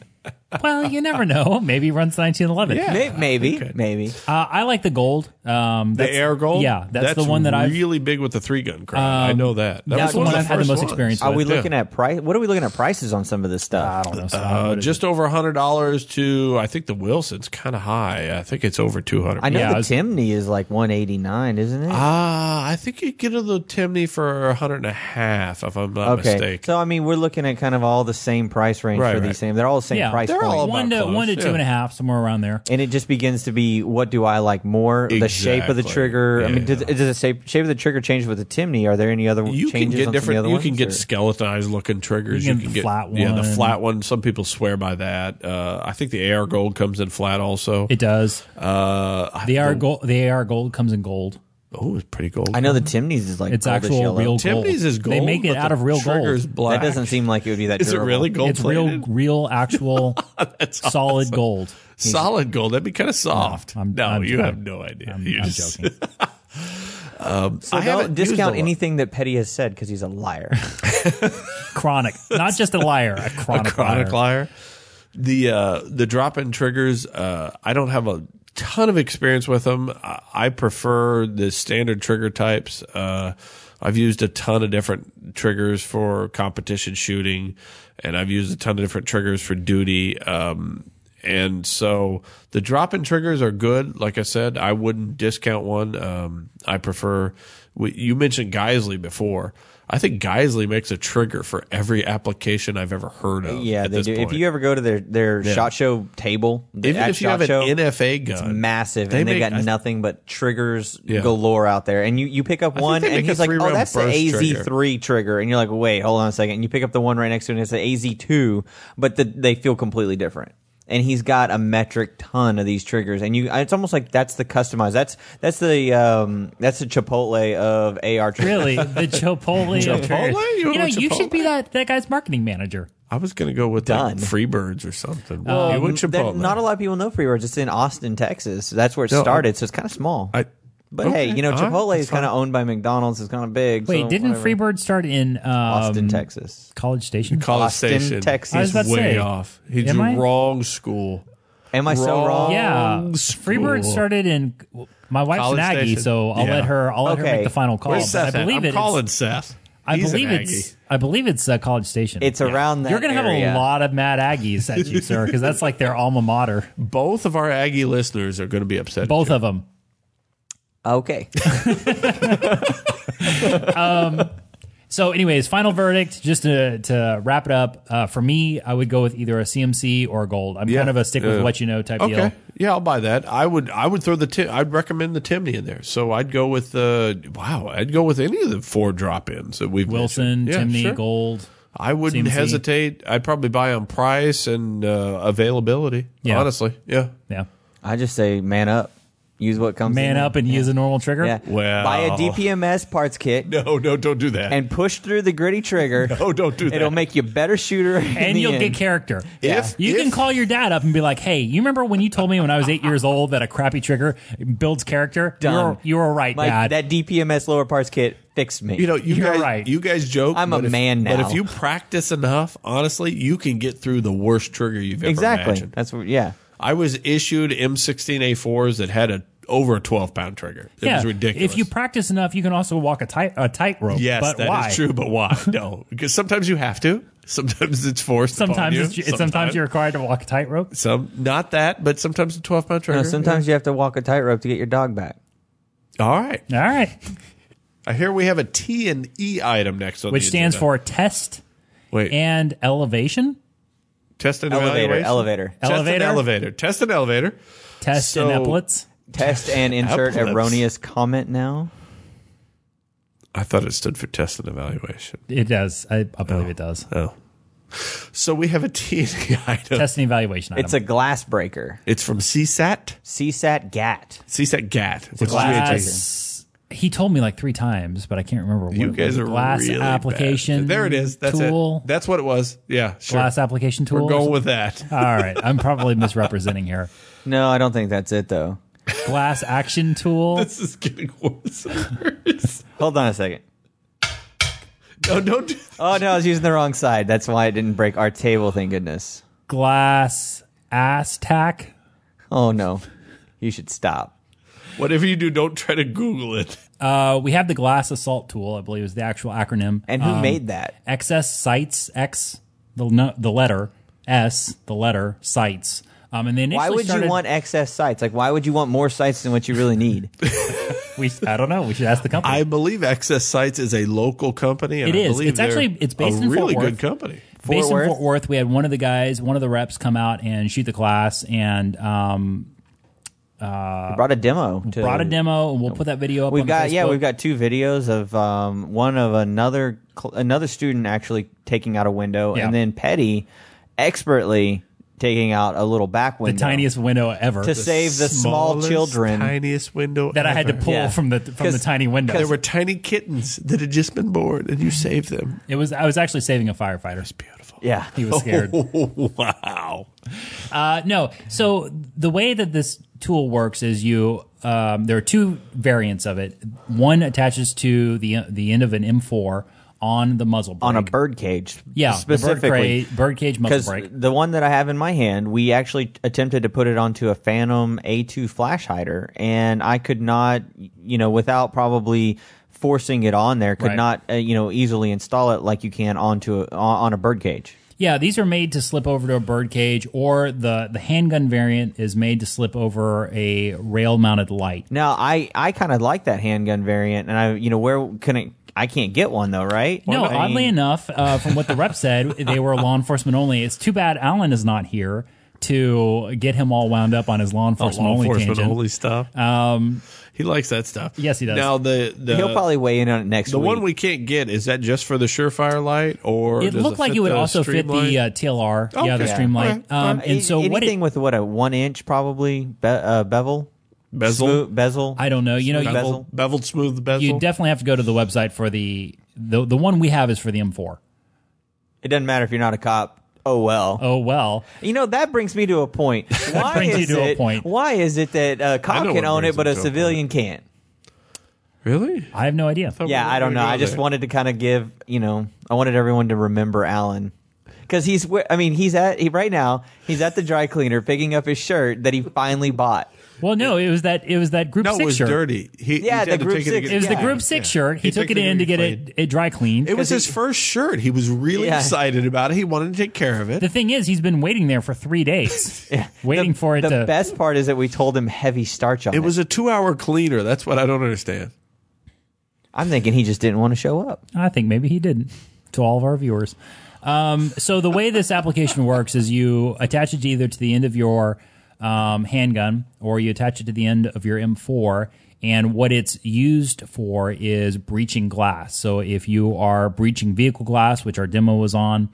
S3: well, you never know. Maybe he runs nineteen eleven.
S1: Yeah.
S2: May- maybe, maybe.
S3: Uh, I like the gold. Um,
S1: the
S3: that's-
S1: air gold.
S3: Yeah, that's, the one that I
S1: really big with the three gun crowd. I know that. That
S3: that's the
S1: one of
S3: one I've had the
S1: first
S3: most
S1: ones. Uh,
S3: experience
S2: Are
S3: with.
S2: we
S1: Yeah.
S2: looking at price? What are we looking at prices on some of
S3: I
S2: this stuff?
S3: don't know. Scott,
S1: Uh,
S3: what is
S1: just over hundred dollars to. I think the Wilson's kind of high. I think it's over two hundred.
S2: I know
S3: yeah,
S2: the
S3: I was-
S2: Timney is like 189, isn't it?
S1: Ah, I think you get to the Timney for a hundred and a half, if I'm not
S2: okay.
S1: mistaken.
S2: So I mean, we're looking at kind of all the same price range
S1: Right,
S2: for
S1: right.
S2: these same. They're all the same
S3: Yeah.
S2: price
S1: They're
S2: point.
S1: all about
S3: one to
S1: close,
S3: one to two
S1: yeah.
S3: and a half, somewhere around there.
S2: and it just begins to be what do I like more? The shape of the
S1: Exactly.
S2: trigger. I mean,
S1: Yeah.
S2: does, does the shape, shape of the trigger change with the Timney? Are there any other
S1: You can
S2: changes
S1: get
S2: on some of the
S1: different.
S2: other
S1: You
S2: ones,
S1: can get
S2: or-
S1: skeletonized looking triggers.
S3: You
S1: You
S3: can
S1: can get
S3: flat
S1: Yeah, the
S3: one.
S1: flat one. Some people swear by that. Uh, I think the AR gold comes in flat also.
S3: It does.
S1: uh, I-
S3: The AR gold. The AR gold comes in gold.
S1: oh, it's pretty gold.
S2: I know the Timney's is like
S3: It's
S2: goldish
S3: actual
S2: yellow.
S3: real gold.
S1: Tiffany's is gold.
S3: They make it
S1: but
S3: out
S1: the
S3: of real
S1: trigger's
S3: gold.
S1: Black.
S2: That doesn't seem like it would be that.
S1: Is it
S2: durable.
S1: really gold?
S3: It's real,
S1: plated?
S3: real, actual, solid gold.
S1: solid gold. That'd be kind of soft.
S3: I'm-
S1: no,
S3: I'm
S1: you
S3: joking.
S1: have no idea.
S3: I'm,
S1: You
S3: I'm
S1: just-
S3: joking.
S2: So
S1: I
S2: don't
S1: haven't used
S2: discount
S1: a lot.
S2: anything that Petty has said because he's a liar.
S3: Chronic, not just a liar, a chronic,
S1: Chronic
S3: liar.
S1: Liar. The uh, the drop in triggers. Uh, I don't have a ton of experience with them. I, I prefer the standard trigger types. Uh, I've used a ton of different triggers for competition shooting, and I've used a ton of different triggers for duty. Um, and so the drop in triggers are good. Like I said, I wouldn't discount one. Um, I prefer. We, you mentioned Geisley before. I think Geisley makes a trigger for every application I've ever heard of.
S2: yeah,
S1: at
S2: they
S1: this
S2: do.
S1: Point.
S2: If you ever go to their their shot show table, the-
S1: even
S2: at
S1: if you
S2: SHOT
S1: have an
S2: show,
S1: NFA gun,
S2: massive,
S1: They
S2: and they've
S1: make-
S2: got
S1: I-
S2: nothing but triggers
S1: Yeah.
S2: galore out there. And you, you pick up one,
S1: they
S2: and
S1: make a
S2: he's like, "Oh,
S1: three-round
S2: that's the
S1: burst
S2: AZ three trigger," and you're like, "Wait, hold on a second. And you pick up the one right next to it, and it's the AZ two, but the, they feel completely different. And he's got a metric ton of these triggers, and you—it's almost like that's the customized. That's that's the um, that's the Chipotle of AR triggers.
S3: Really, the Chipotle. of triggers.
S1: Chipotle? You
S3: You,
S1: want
S3: know,
S1: a
S3: you should
S1: Chipotle?
S3: be that that guy's marketing manager.
S1: I was going to go with like
S2: Done.
S1: Freebirds or something.
S2: Um,
S1: you went
S2: that-
S1: Chipotle.
S2: Not a lot of people know Free Birds. It's in Austin, Texas. That's where it
S1: No, I-
S2: started, so it's kind of small.
S1: I-
S2: but
S1: okay,
S2: hey, you know,
S1: all right,
S2: Chipotle
S1: that's
S2: is kind of owned by McDonald's. It's kind of big.
S3: Wait,
S2: so
S3: didn't
S2: whatever.
S3: Freebird start in um,
S2: Austin, Texas?
S3: College Station?
S1: College
S2: Austin,
S1: Station,
S2: Texas.
S3: I was
S1: He's
S3: about
S1: way
S3: to say,
S1: off. He's
S3: am I?
S1: wrong school.
S2: Am I so wrong?
S3: yeah,
S1: Wrong school.
S3: Freebird started in. My wife's
S1: College
S3: an Aggie,
S1: Station.
S3: so I'll
S1: Yeah.
S3: let her. I'll let her
S2: Okay.
S3: make the final call.
S1: Where's
S3: but
S1: Seth?
S3: Oh, I
S1: at?
S3: believe
S1: I'm
S3: it. it's-
S1: calling Seth.
S3: I
S1: He's an
S3: believe
S1: Aggie.
S3: it's. I believe it's uh, College Station.
S2: It's around that.
S3: You're gonna have
S2: area.
S3: a lot of mad Aggies at you, sir, because that's like their alma mater.
S1: Both of our Aggie listeners are going to be upset. at
S3: Both
S1: you.
S3: of them.
S2: Okay.
S3: So, anyways, final verdict. Just to to wrap it up, uh, for me, I would go with either a CMC or gold. I'm kind of a stick with
S1: yeah.
S3: what you know type
S1: Okay.
S3: deal.
S1: Yeah, I'll buy that. I would. I would throw the. Tim, I'd recommend the Timney in there. So I'd go with the. wow. I'd go with any of the four drop ins that we've
S3: Wilson,
S1: mentioned. Yeah,
S3: Timney,
S1: sure.
S3: gold.
S1: I wouldn't
S3: CMC.
S1: hesitate. I'd probably buy on price and uh, availability.
S3: Yeah.
S1: Honestly, yeah.
S3: Yeah,
S2: I just say man up. Use what comes.
S3: man
S2: in.
S3: up and use a normal trigger.
S2: Yeah.
S1: Well.
S2: buy a DPMS parts kit
S1: No, no, don't do that.
S2: and push through the gritty trigger.
S1: no, don't do that.
S2: It'll make you a better shooter.
S3: and you'll get character.
S1: If-
S3: you can
S1: if-
S3: call your dad up and be like, "Hey, you remember when you told me when I was eight years old that a crappy trigger builds character?
S2: Done.
S3: You're, you were right,
S2: Like,
S3: dad.
S2: that DPMS lower parts kit fixed me.
S1: You know, you
S3: You're
S1: guys,
S3: right.
S1: you guys joke.
S2: I'm a
S1: but if-
S2: man now.
S1: But if you practice enough, honestly, you can get through the worst trigger you've ever
S2: exactly.
S1: imagined.
S2: That's what. Yeah.
S1: I was issued M16A4s that had a over a 12 pound trigger. It
S3: yeah,
S1: was ridiculous.
S3: If you practice enough, you can also walk a tight a tightrope.
S1: yes,
S3: but
S1: that is
S3: why?
S1: true. But why? No, because sometimes you have to. Sometimes it's forced. upon
S3: Sometimes
S1: you.
S3: it's, it's sometimes you're required to walk a tightrope.
S1: some not that, but sometimes the 12 pound trigger.
S2: No, sometimes you have to walk a tightrope to get your dog back.
S1: All right.
S3: All right,
S1: I hear we have a T and E item next on
S3: which
S1: the
S3: stands
S1: agenda.
S3: for test
S1: wait
S3: and elevation.
S1: test and
S2: Elevator,
S1: evaluation?
S2: elevator.
S1: Test and
S3: Elevator?
S1: elevator test and elevator.
S3: Test
S1: So-
S3: and epaulets.
S2: Test and insert
S1: Applets.
S2: erroneous comment now.
S1: I thought it stood for test and evaluation.
S3: It does. I, I believe it does.
S1: Oh. So we have a T and E item.
S3: Test and evaluation. Item.
S2: It's a glass breaker.
S1: It's from CSAT.
S2: CSAT GAT.
S1: CSAT GAT. Which is GHS.
S3: glass. He told me like three times, but I can't remember. what
S1: You
S3: it was.
S1: guys are
S3: glass
S1: really bad.
S3: application.
S1: There it is. That's
S3: tool.
S1: it. That's what it was. Yeah. Sure.
S3: glass application tool.
S1: We're
S3: or
S1: going
S3: something?
S1: with that.
S3: All right, I'm probably misrepresenting here.
S2: No, I don't think that's it though.
S3: Glass action tool.
S1: This is getting worse. and worse.
S2: Hold on a second.
S1: no, don't. Do
S2: Oh no, I was using the wrong side. That's why it didn't break our table. Thank goodness.
S3: Glass ass tack.
S2: Oh no, you should stop.
S1: Whatever you do, don't try to Google it.
S3: Uh, we have the glass assault tool. I believe is the actual acronym.
S2: And who
S3: Um,
S2: made that?
S3: XS sites X the nu- the letter S the letter sites. Um, and they initially
S2: Why would
S3: started-
S2: you want excess sites? Like, why would you want more sites than what you really need?
S3: We, I don't know. We should ask the company.
S1: I believe Access Sites is a local company. And
S3: It
S1: I
S3: is.
S1: believe
S3: It's actually-
S1: they're
S3: it's based
S1: a
S3: in Fort
S1: really
S3: Worth.
S1: good company.
S2: Fort
S3: based
S2: Worth?
S3: in Fort Worth, we had one of the guys, one of the reps, come out and shoot the class, and um,
S2: We brought a demo. To,
S3: Uh, brought a demo, and we'll put that video up.
S2: We've
S3: on
S2: got
S3: Facebook.
S2: yeah, we've got two videos of um, one of another cl- another student actually taking out a window,
S3: Yeah.
S2: and then Petty expertly taking out a little back
S3: the
S2: window.
S3: tiniest window ever
S2: to save the small
S1: Smallest,
S2: children.
S1: Tiniest window
S3: that I had to
S1: ever.
S3: pull
S2: Yeah.
S3: from the from the
S2: 'Cause-
S3: tiny window.
S1: There were tiny kittens that had just been born, and you saved them.
S3: it was I was actually saving a firefighter.
S1: Beautiful.
S2: yeah,
S3: He was scared.
S1: wow.
S3: Uh, no. So the way that this tool works is you um, there are two variants of it. One attaches to the the end of an M4 on the muzzle brake.
S2: on a bird cage.
S3: yeah,
S2: specifically.
S3: the bird, cra- bird cage
S2: Because
S3: muzzle brake.
S2: the one that I have in my hand, we actually attempted to put it onto a Phantom A2 flash hider, and I could not, you know, without probably forcing it on there, could
S3: Right.
S2: not, uh, you know, easily install it like you can onto a, on on a bird cage.
S3: Yeah, these are made to slip over to a bird cage, or the the handgun variant is made to slip over a rail mounted light.
S2: Now, I I kind of like that handgun variant, and I, you know, where can it? I can't get one though, right?
S3: No,
S2: I mean,
S3: oddly enough, uh, from what the rep said, they were law enforcement only. It's too bad Alan is not here to get him all wound up on his law enforcement
S1: Law
S3: only
S1: enforcement
S3: tangent. Uh, Um,
S1: only stuff. he likes that stuff.
S3: yes, he does.
S1: Now the, the
S3: uh,
S2: he'll probably weigh in on it next
S1: the
S2: week.
S1: one we can't get is that just for the Surefire light or
S3: It
S1: does
S3: looked like
S1: fit
S3: it would
S1: the
S3: also fit the
S1: Streamline?
S3: uh, TLR, yeah, the
S1: Okay.
S3: Streamlight.
S1: Alright.
S3: Um,
S2: A-
S3: and so what
S2: anything
S3: it,
S2: with what a one inch probably be, uh, bevel,
S1: Bezel?
S2: Smooth- bezel.
S3: I don't know, you know,
S2: Smooth
S3: you,
S2: bezel.
S1: beveled, beveled smooth bezel.
S3: you definitely have to go to the website for the the the one we have is for the M4.
S2: It doesn't matter if you're not a cop. Oh well.
S3: Oh well,
S2: You know that brings me to a point. Why
S3: brings you
S2: is
S3: to a
S2: it,
S3: point.
S2: Why is it that a cop
S1: know what
S2: can own
S1: brings
S2: it but
S1: me
S2: a
S1: to a
S2: civilian can't?
S1: really?
S3: I have no idea.
S2: Yeah, I don't know. I just
S1: want.
S2: wanted to kind of give you know I wanted everyone to remember Alan because he's where- I mean he's at he, right now he's at the dry cleaner picking up his shirt that he finally bought.
S3: Well, no, it was that it was that group
S1: No,
S3: six
S1: it was
S3: shirt.
S1: dirty. He,
S2: Yeah,
S1: he had
S2: the
S1: to
S2: group
S1: take it
S2: six-
S3: It was
S1: against-
S3: the
S2: Yeah.
S3: group six shirt. He, took,
S1: took
S3: it
S1: it
S3: in to
S1: and
S3: get
S1: replayed.
S3: it, it dry cleaned.
S1: It was his first shirt. He was really
S2: Yeah.
S1: excited about it. He wanted to take care of it.
S3: the thing is, he's been waiting there for three days, waiting
S2: The-
S3: for it
S2: The
S3: to.
S2: best part is that we told him heavy starch on it.
S1: It was a two-hour cleaner. That's what I don't understand.
S2: I'm thinking he just didn't want to show up.
S3: I think maybe he didn't to all of our viewers. Um, so the way this application works is you attach it either to the end of your um, handgun or you attach it to the end of your M4. And what it's used for is breaching glass. So if you are breaching vehicle glass, which our demo was on,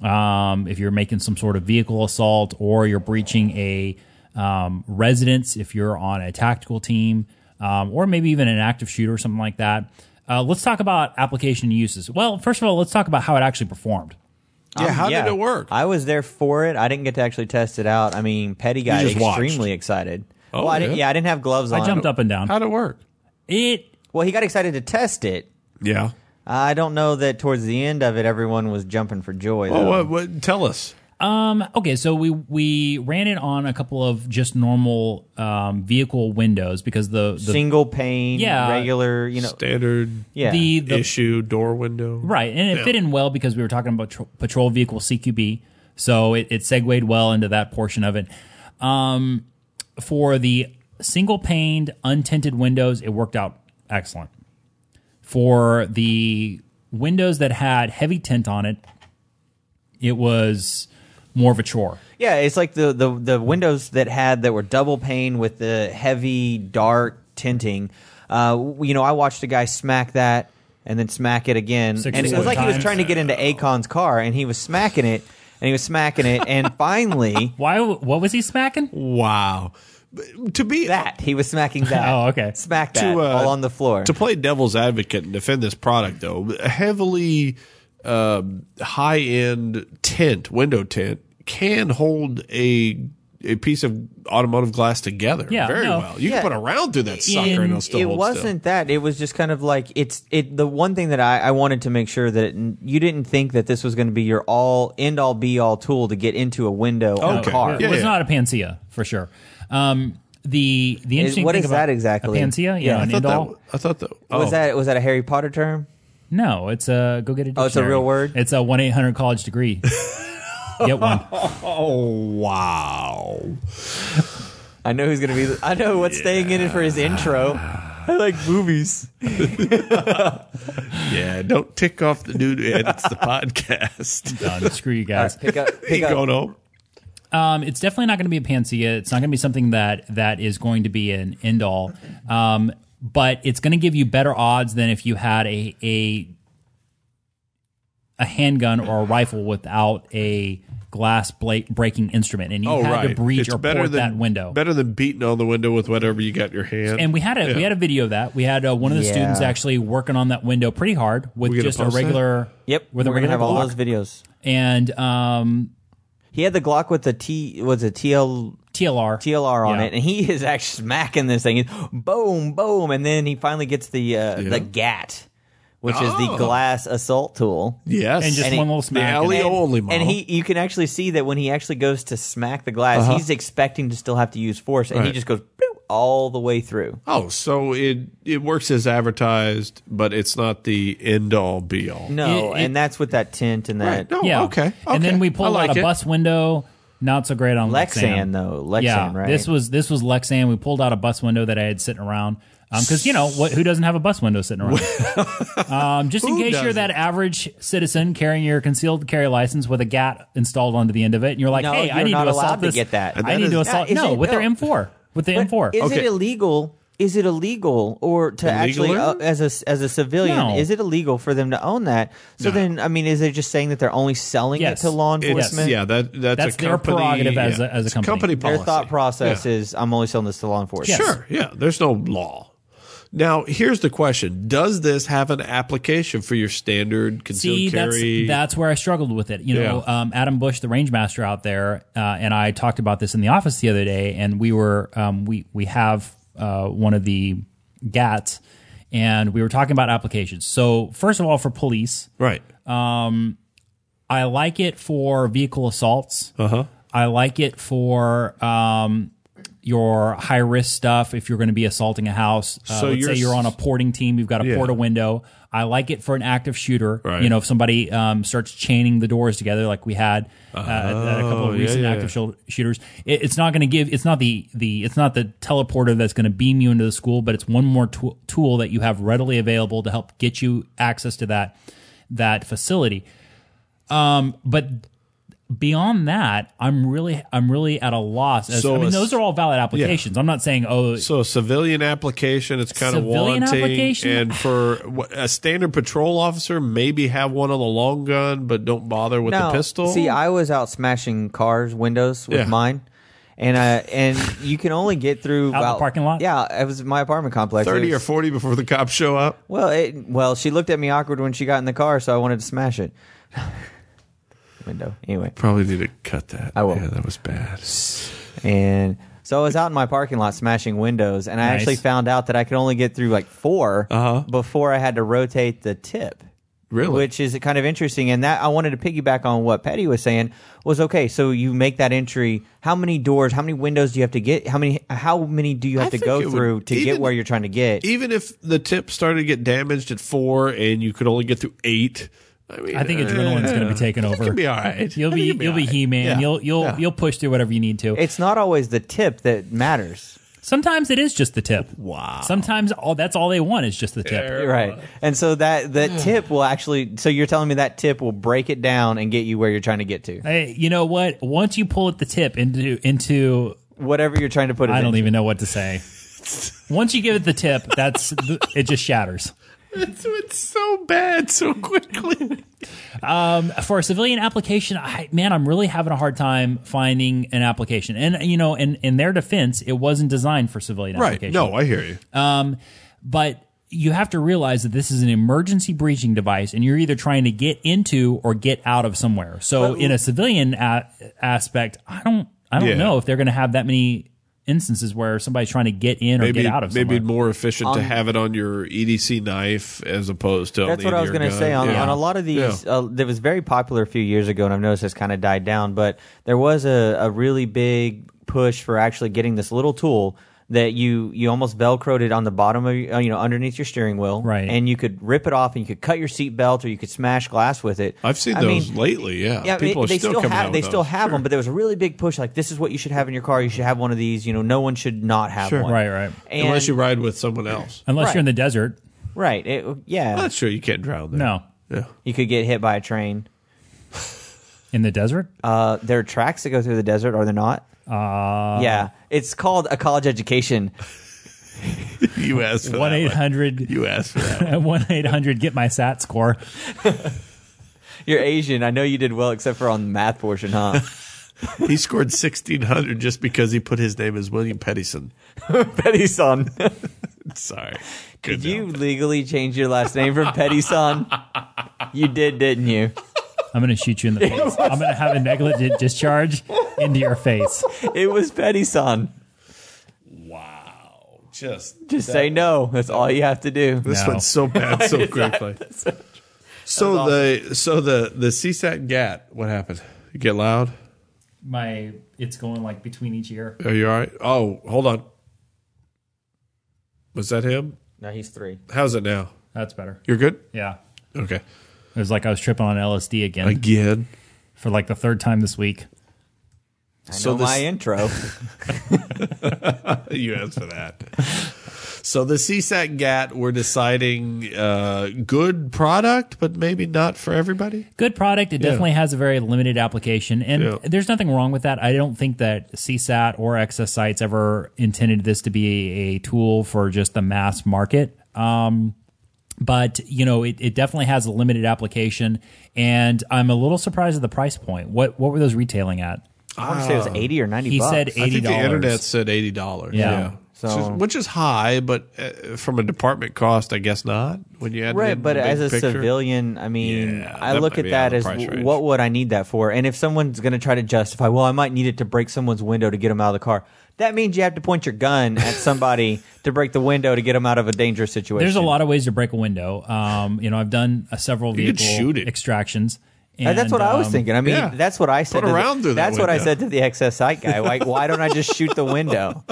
S3: um, if you're making some sort of vehicle assault or you're breaching a um, residence, if you're on a tactical team, um, or maybe even an active shooter or something like that. Uh, let's talk about application uses. Well, first of all, let's talk about how it actually performed.
S1: Yeah, how
S2: Um, Yeah.
S1: did it work?
S2: I was there for it. I didn't get to actually test it out. I mean, Petty got
S1: just watched.
S2: extremely excited.
S1: Oh,
S2: well, I didn't,
S1: yeah.
S2: yeah, I didn't have gloves on.
S3: I jumped up and down.
S1: How did it work?
S3: It
S2: Well, he got excited to test it.
S1: Yeah.
S2: I don't know that towards the end of it, everyone was jumping for joy.
S1: Oh,
S2: though.
S1: what, what? Tell us.
S3: Um, okay, so we we ran it on a couple of just normal um, vehicle windows because the, the
S2: Single pane,
S3: Yeah.
S2: regular, you know,
S1: Standard
S2: yeah.
S3: the, the
S1: issue door window.
S3: right, and it fit in well because we were talking about tr- patrol vehicle CQB, so it, it segued well into that portion of it. Um, for the single paned untinted windows, it worked out excellent. For the windows that had heavy tint on it, it was more of a chore.
S2: yeah, it's like the, the the windows that had that were double pane with the heavy dark tinting. Uh, w- you know, I watched a guy smack that and then smack it again,
S3: Six
S2: and
S3: or
S2: it was
S3: seven
S2: like he was
S3: times.
S2: trying to get into Akon's car, and he was smacking it, and he was smacking it, and finally
S3: Why? What was he smacking?
S1: Wow. But to be
S2: that he was smacking that.
S3: Oh, okay.
S2: smack
S1: To,
S2: that
S1: uh,
S2: all on the floor.
S1: to play devil's advocate and defend this product though heavily um high end tint window tint can hold a a piece of automotive glass together
S3: Yeah,
S1: very
S3: no.
S1: well. You
S2: Yeah.
S1: can put a round through that sucker
S3: In-
S1: and it'll still
S2: it
S1: hold
S2: wasn't
S1: still.
S2: that. It was just kind of like it's it. The one thing that I, I wanted to make sure that it, you didn't think that this was going to be your all end all be all tool to get into a window on a
S1: Oh, Okay.
S2: car.
S1: Yeah,
S3: it was
S1: yeah.
S3: not a Panacea for sure. Um, the the interesting
S2: what
S3: thing
S2: is
S3: about
S2: that exactly?
S3: a Panacea, yeah,
S2: Yeah,
S3: an
S2: I
S1: I thought,
S3: end
S1: that,
S3: all.
S1: w- I thought that
S2: Was
S1: oh.
S2: that was that a Harry Potter term?
S3: No, it's a go get a. Dictionary.
S2: Oh, it's a real word?
S3: It's a one eight hundred college degree. Get one.
S1: Oh wow!
S2: I know who's going to be. the- I know what's staying in it for his intro. I like movies.
S1: Yeah, don't tick off the dude who edits the podcast.
S3: Done. Screw you guys.
S2: Pick up, pick
S1: Ain't
S2: up.
S1: going home.
S3: Um, it's definitely not going to be a panacea. It's not going to be something that that is going to be an end all. Um, but it's going to give you better odds than if you had a a a handgun or a rifle without a glass bla- breaking instrument, and you
S1: Oh,
S3: had
S1: right.
S3: to breach
S1: It's
S3: or
S1: better
S3: port
S1: than,
S3: that window.
S1: Better than beating on the window with whatever you got in your hand.
S3: and we had a we had a video of that. We had uh, one of the
S2: Yeah.
S3: students actually working on that window pretty hard with
S1: We gonna
S3: just a
S1: post that?
S3: regular
S2: Yep,
S3: with a
S2: we're gonna
S3: regular
S2: have all
S3: Glock.
S2: those videos.
S3: and um,
S2: He had the Glock with the T was a TL
S3: TLR
S2: TLR on
S3: Yeah.
S2: it, and he is actually smacking this thing. He's boom, boom, and then he finally gets the uh, the GAT, which is the
S1: Oh.
S2: glass assault tool.
S1: yes.
S3: and just
S2: And he-
S3: one little
S2: the E
S3: smack.
S1: alley-
S2: And,
S1: only model.
S2: and he, you can actually see that when he actually goes to smack the glass,
S3: Uh-huh.
S2: he's expecting to still have to use force, and he
S1: Right.
S2: just goes boop, all the way through.
S1: oh, so it it works as advertised, but it's not the end all be all.
S2: No,
S3: It- it-
S2: and that's with that tint and that.
S1: No,
S3: yeah.
S1: okay, okay.
S3: And then we
S1: I
S3: pulled
S1: like
S3: out a
S1: it.
S3: bus window. Not so great on
S2: Lexan,
S3: Lexan,
S2: though. Lexan,
S3: yeah,
S2: right?
S3: This was this was Lexan. We pulled out a bus window that I had sitting around because you know what, who doesn't have a bus window sitting around? um, just in
S1: Who
S3: case you're
S1: doesn't?
S3: that average citizen carrying your concealed carry license with a GAT installed onto the end of it, and you're like,
S2: No,
S3: hey, I
S2: you're
S3: need
S2: not
S3: to assault
S2: allowed to
S3: this.
S2: get that.
S3: I
S1: That
S3: need
S1: is-
S3: to assault.
S2: Is
S3: No,
S2: it?
S3: with their
S2: No.
S3: M4, with the
S2: But
S3: M4.
S2: Is it
S1: Okay.
S2: illegal? Is it illegal or to actually uh,
S1: Illegal?
S2: as a as a civilian?
S3: No.
S2: Is it illegal for them to own that? So then, I mean, is it just saying that they're only selling
S3: Yes.
S2: it to law
S1: It's,
S3: It's-
S2: enforcement?
S1: yeah, that that's,
S3: That's
S1: a
S3: their
S1: company,
S3: prerogative as
S1: yeah.
S3: a- as a
S1: It's
S3: company.
S1: company
S2: Their
S1: policy.
S2: thought process
S1: Yeah.
S2: is, I'm only selling this to law enforcement.
S3: Yes.
S1: Sure. Yeah. There's no law. Now, here's the question: Does this have an application for your standard concealed
S3: See,
S1: carry?
S3: that's that's where I struggled with it. You know, um, Adam Bush, the range master out there, uh, and I talked about this in the office the other day, and we were um, we we have uh, one of the GATs, and we were talking about applications. So first of all, for police,
S1: right.
S3: I like it for vehicle assaults. Uh-huh. I like it for um, your high risk stuff. If you're going to be assaulting a house, uh,
S1: So
S3: let's
S1: you're
S3: say you're
S1: s-
S3: on a porting team, you've got to port a window. I like it for an active shooter.
S1: Right.
S3: You know, if somebody um, starts chaining the doors together, like we had uh, at- at a couple of
S1: Oh, yeah,
S3: recent
S1: yeah,
S3: active shil- shooters, it, it's not going to give. It's not the the it's not the teleporter that's going to beam you into the school, but it's one more tool tool that you have readily available to help get you access to that that facility but beyond that, I'm really I'm really at a loss. As,
S1: So
S3: I mean,
S1: a-
S3: those are all valid applications. I'm not saying oh
S1: So civilian application, it's kind
S3: Civilian
S1: of wanting,
S3: application?
S1: and for what- a standard patrol officer, maybe have one on the long gun, but don't bother with
S2: Now,
S1: the pistol.
S2: See, I was out smashing cars windows with
S1: Yeah.
S2: mine. And I and you can only get through
S3: the
S2: about-
S3: parking lot?
S2: Yeah, it was my apartment complex. It
S1: thirty or
S2: was-
S1: forty before the cops show up.
S2: Well, it, well, she looked at me awkward when she got in the car, so I wanted to smash it. Window. Anyway,
S1: Probably need to cut that.
S2: I will.
S1: Yeah, that was bad.
S2: and so I was out in my parking lot smashing windows, and I
S3: Nice.
S2: actually found out that I could only get through like 4 before I had to rotate the tip.
S1: Uh-huh. Really?
S2: Which is kind of interesting, and that I wanted to piggyback on what Petty was saying was okay. So you make that entry. How many doors? How many windows do you have to get? How many? How many do you have
S1: I
S2: to
S1: think it
S2: go
S1: would-
S2: through to get
S1: even- e
S2: where you're trying to get?
S1: Even if the tip started to get damaged at four, and you could only get through eight. I mean,
S3: I think adrenaline's going to be taken over.
S1: You'll be all right.
S3: You'll
S1: I think
S3: be
S1: you'll be
S3: you'll be
S1: all right.
S3: he man.
S1: Yeah.
S3: You'll you'll
S1: Yeah.
S3: you'll push through whatever you need to.
S2: it's not always the tip that matters.
S3: Sometimes it is just the tip.
S1: Wow.
S3: Sometimes all that's all they want is just the tip.
S2: right and so that that tip will actually so you're telling me that tip will break it down and get you where you're trying to get to
S3: Hey, you know what? Once you pull at the tip into into
S2: whatever you're trying to put it
S3: I don't
S2: into.
S3: even know what to say. Once you give it the tip, that's it just shatters.
S1: It's, it's so bad so quickly.
S3: for a civilian application, I, man, I'm really having a hard time finding an application. And you know, in in their defense, it wasn't designed for civilian
S1: right.
S3: application.
S1: No, I hear you.
S3: Um, but you have to realize that this is an emergency breaching device, and you're either trying to get into or get out of somewhere. So, in a civilian a- aspect, I don't, I don't
S1: Yeah.
S3: know if they're going to have that many instances where somebody's trying to get in or
S1: Maybe
S3: get out of
S1: maybe
S3: somewhere.
S1: more efficient to have it on your EDC knife as opposed to. on
S2: that's
S1: the
S2: what I was
S1: going to
S2: say on, on a lot of these. Uh, that was very popular a few years ago, and I've noticed it's kind of died down. But there was a, a really big push for actually getting this little tool that you you almost velcroed it on the bottom of your- uh, you know underneath your steering wheel,
S3: Right.
S2: And you could rip it off, and you could cut your seat belt, or you could smash glass with it.
S1: I've seen
S2: I
S1: those
S2: mean,
S1: lately. Yeah,
S2: yeah,
S1: people
S2: it-
S1: are
S2: they
S1: still,
S2: still,
S1: coming
S2: have
S1: out.
S2: they
S1: with
S2: still
S1: those.
S2: have them, but there was a really big push like this is what you should have in your car. You should have one of these. You know, no one should not have one.
S3: Right, right.
S2: And,
S1: unless you ride with someone else.
S3: Unless
S2: Right.
S3: you're in the desert.
S2: right, it, yeah,
S1: That's true. You can't drown there.
S3: No.
S1: Yeah.
S2: you could get hit by a train.
S3: In the desert?
S2: Uh, there are tracks that go through the desert, are there not?
S3: Uh,
S2: yeah, it's called a college education.
S1: You asked for that
S3: 1
S1: one.
S3: 800
S1: You asked for that.
S3: 1 800 get my SAT score.
S2: You're Asian. I know you did well, except for on the math portion, huh?
S1: he scored sixteen hundred just because he put his name as William Pettison.
S2: Petty son.
S1: Sorry. Good
S2: Did you
S1: job.
S2: legally change your last name from Petty son? You did, didn't you?
S3: I'm going to shoot you in the face. I'm going to have a negligent discharge into your face.
S2: It was Petty son.
S1: Wow. Just
S2: Just say no. That's all you have to do.
S1: This
S3: No.
S1: went so bad so quickly. so the so the the CSAT GAT, what happened? You get loud?
S3: My it's going like between each ear.
S1: Are you all right? Oh, hold on. Was that him?
S2: No, he's three.
S1: How's it now?
S3: That's better.
S1: You're good?
S3: Yeah.
S1: Okay.
S3: It was like I was tripping on LSD again
S1: Again.
S3: for like the third time this week.
S2: I know
S1: So this-
S2: my intro.
S1: you asked for that. So the CSAT GAT, we're deciding uh, good product, but maybe not for everybody.
S3: Good product. It definitely has a very limited application, and
S1: Yeah.
S3: there's nothing wrong with that. I don't think that CSAT or XS sites ever intended this to be a tool for just the mass market. Um, but you know, it, it definitely has a limited application, and I'm a little surprised at the price point. What what were those retailing at?
S2: I want to say it was eighty or ninety.
S3: He
S2: bucks.
S3: said
S1: I
S3: eighty
S1: think the internet
S3: dollars.
S1: said eighty dollars.
S3: Yeah.
S1: So,
S2: So-
S1: which is high, but uh, from a department cost, I guess not. When you add it
S2: Right,
S1: in
S2: but
S1: the big
S2: as a
S1: picture.
S2: civilian, I mean,
S1: Yeah,
S2: I
S1: that might
S2: look at
S1: be out
S2: that
S1: of
S2: as
S1: the price range.
S2: what would I need that for? And if someone's going to try to justify, well, I might need it to break someone's window to get them out of the car. That means you have to point your gun at somebody to break the window to get them out of a dangerous situation.
S3: There's a lot of ways to break a window. Um, you know, I've done uh, several
S1: You could
S3: vehicle
S1: shoot it.
S3: extractions.
S2: And that's what I was
S3: um,
S2: thinking. I mean,
S1: yeah.
S2: that's what I said.
S1: Put
S2: to
S1: a
S2: the-
S1: round through that
S2: That's what I
S1: window.
S2: said to the excess sight guy. Like, why don't I just shoot the window?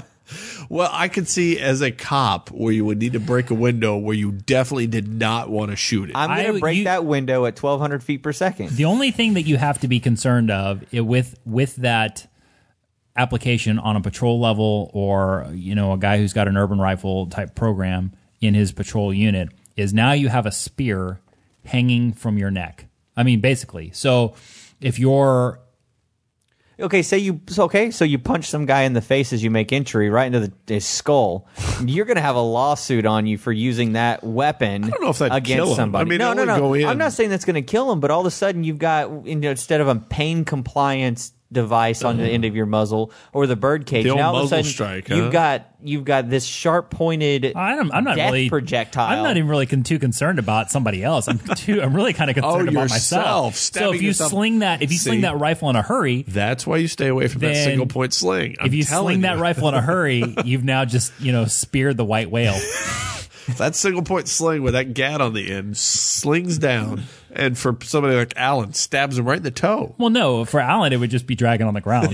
S1: Well, I could see as a cop where you would need to break a window where you definitely did not want to shoot it.
S2: I'm going
S3: I-
S2: to break
S3: you-
S2: that window at 1,200 feet per second.
S3: The only thing that you have to be concerned of i- with with that application on a patrol level or you know a guy who's got an urban rifle type program in his patrol unit is now you have a spear hanging from your neck. I mean basically. So if you're
S2: Okay, say you so okay, so you punch some guy in the face as you make entry right into the, his skull. You're going to have a lawsuit on you for using that weapon. I
S1: don't know if that'd
S2: against
S1: kill him.
S2: somebody.
S1: I mean,
S2: no,
S1: it
S2: no,
S1: would
S2: no.
S1: go in.
S2: I'm not saying that's going to kill him, but all of a sudden you've got you know, instead of a pain compliance device on the end of your muzzle or the bird cage,
S1: The old
S2: now all of a
S1: muzzle
S2: sudden
S1: strike,
S2: you've
S1: huh?
S2: got you've got this sharp pointed.
S3: I don't, I'm not
S2: death
S3: really
S2: projectile.
S3: I'm not even really con- too concerned about somebody else. I'm too. I'm really kind of
S1: Oh,
S3: concerned about
S1: yourself,
S3: myself. So
S1: stabbing
S3: if you
S1: yourself.
S3: sling that, if you sling
S1: See?
S3: that rifle in a hurry,
S1: That's why you stay away from that
S3: Then
S1: single point sling. I'm
S3: if you
S1: telling
S3: sling that
S1: you.
S3: rifle in a hurry, you've now just you know speared the white whale.
S1: that single point sling with that gat on the end slings down, and for somebody like Alan, stabs him right in the toe.
S3: Well, no, for Alan, it would just be dragging on the ground.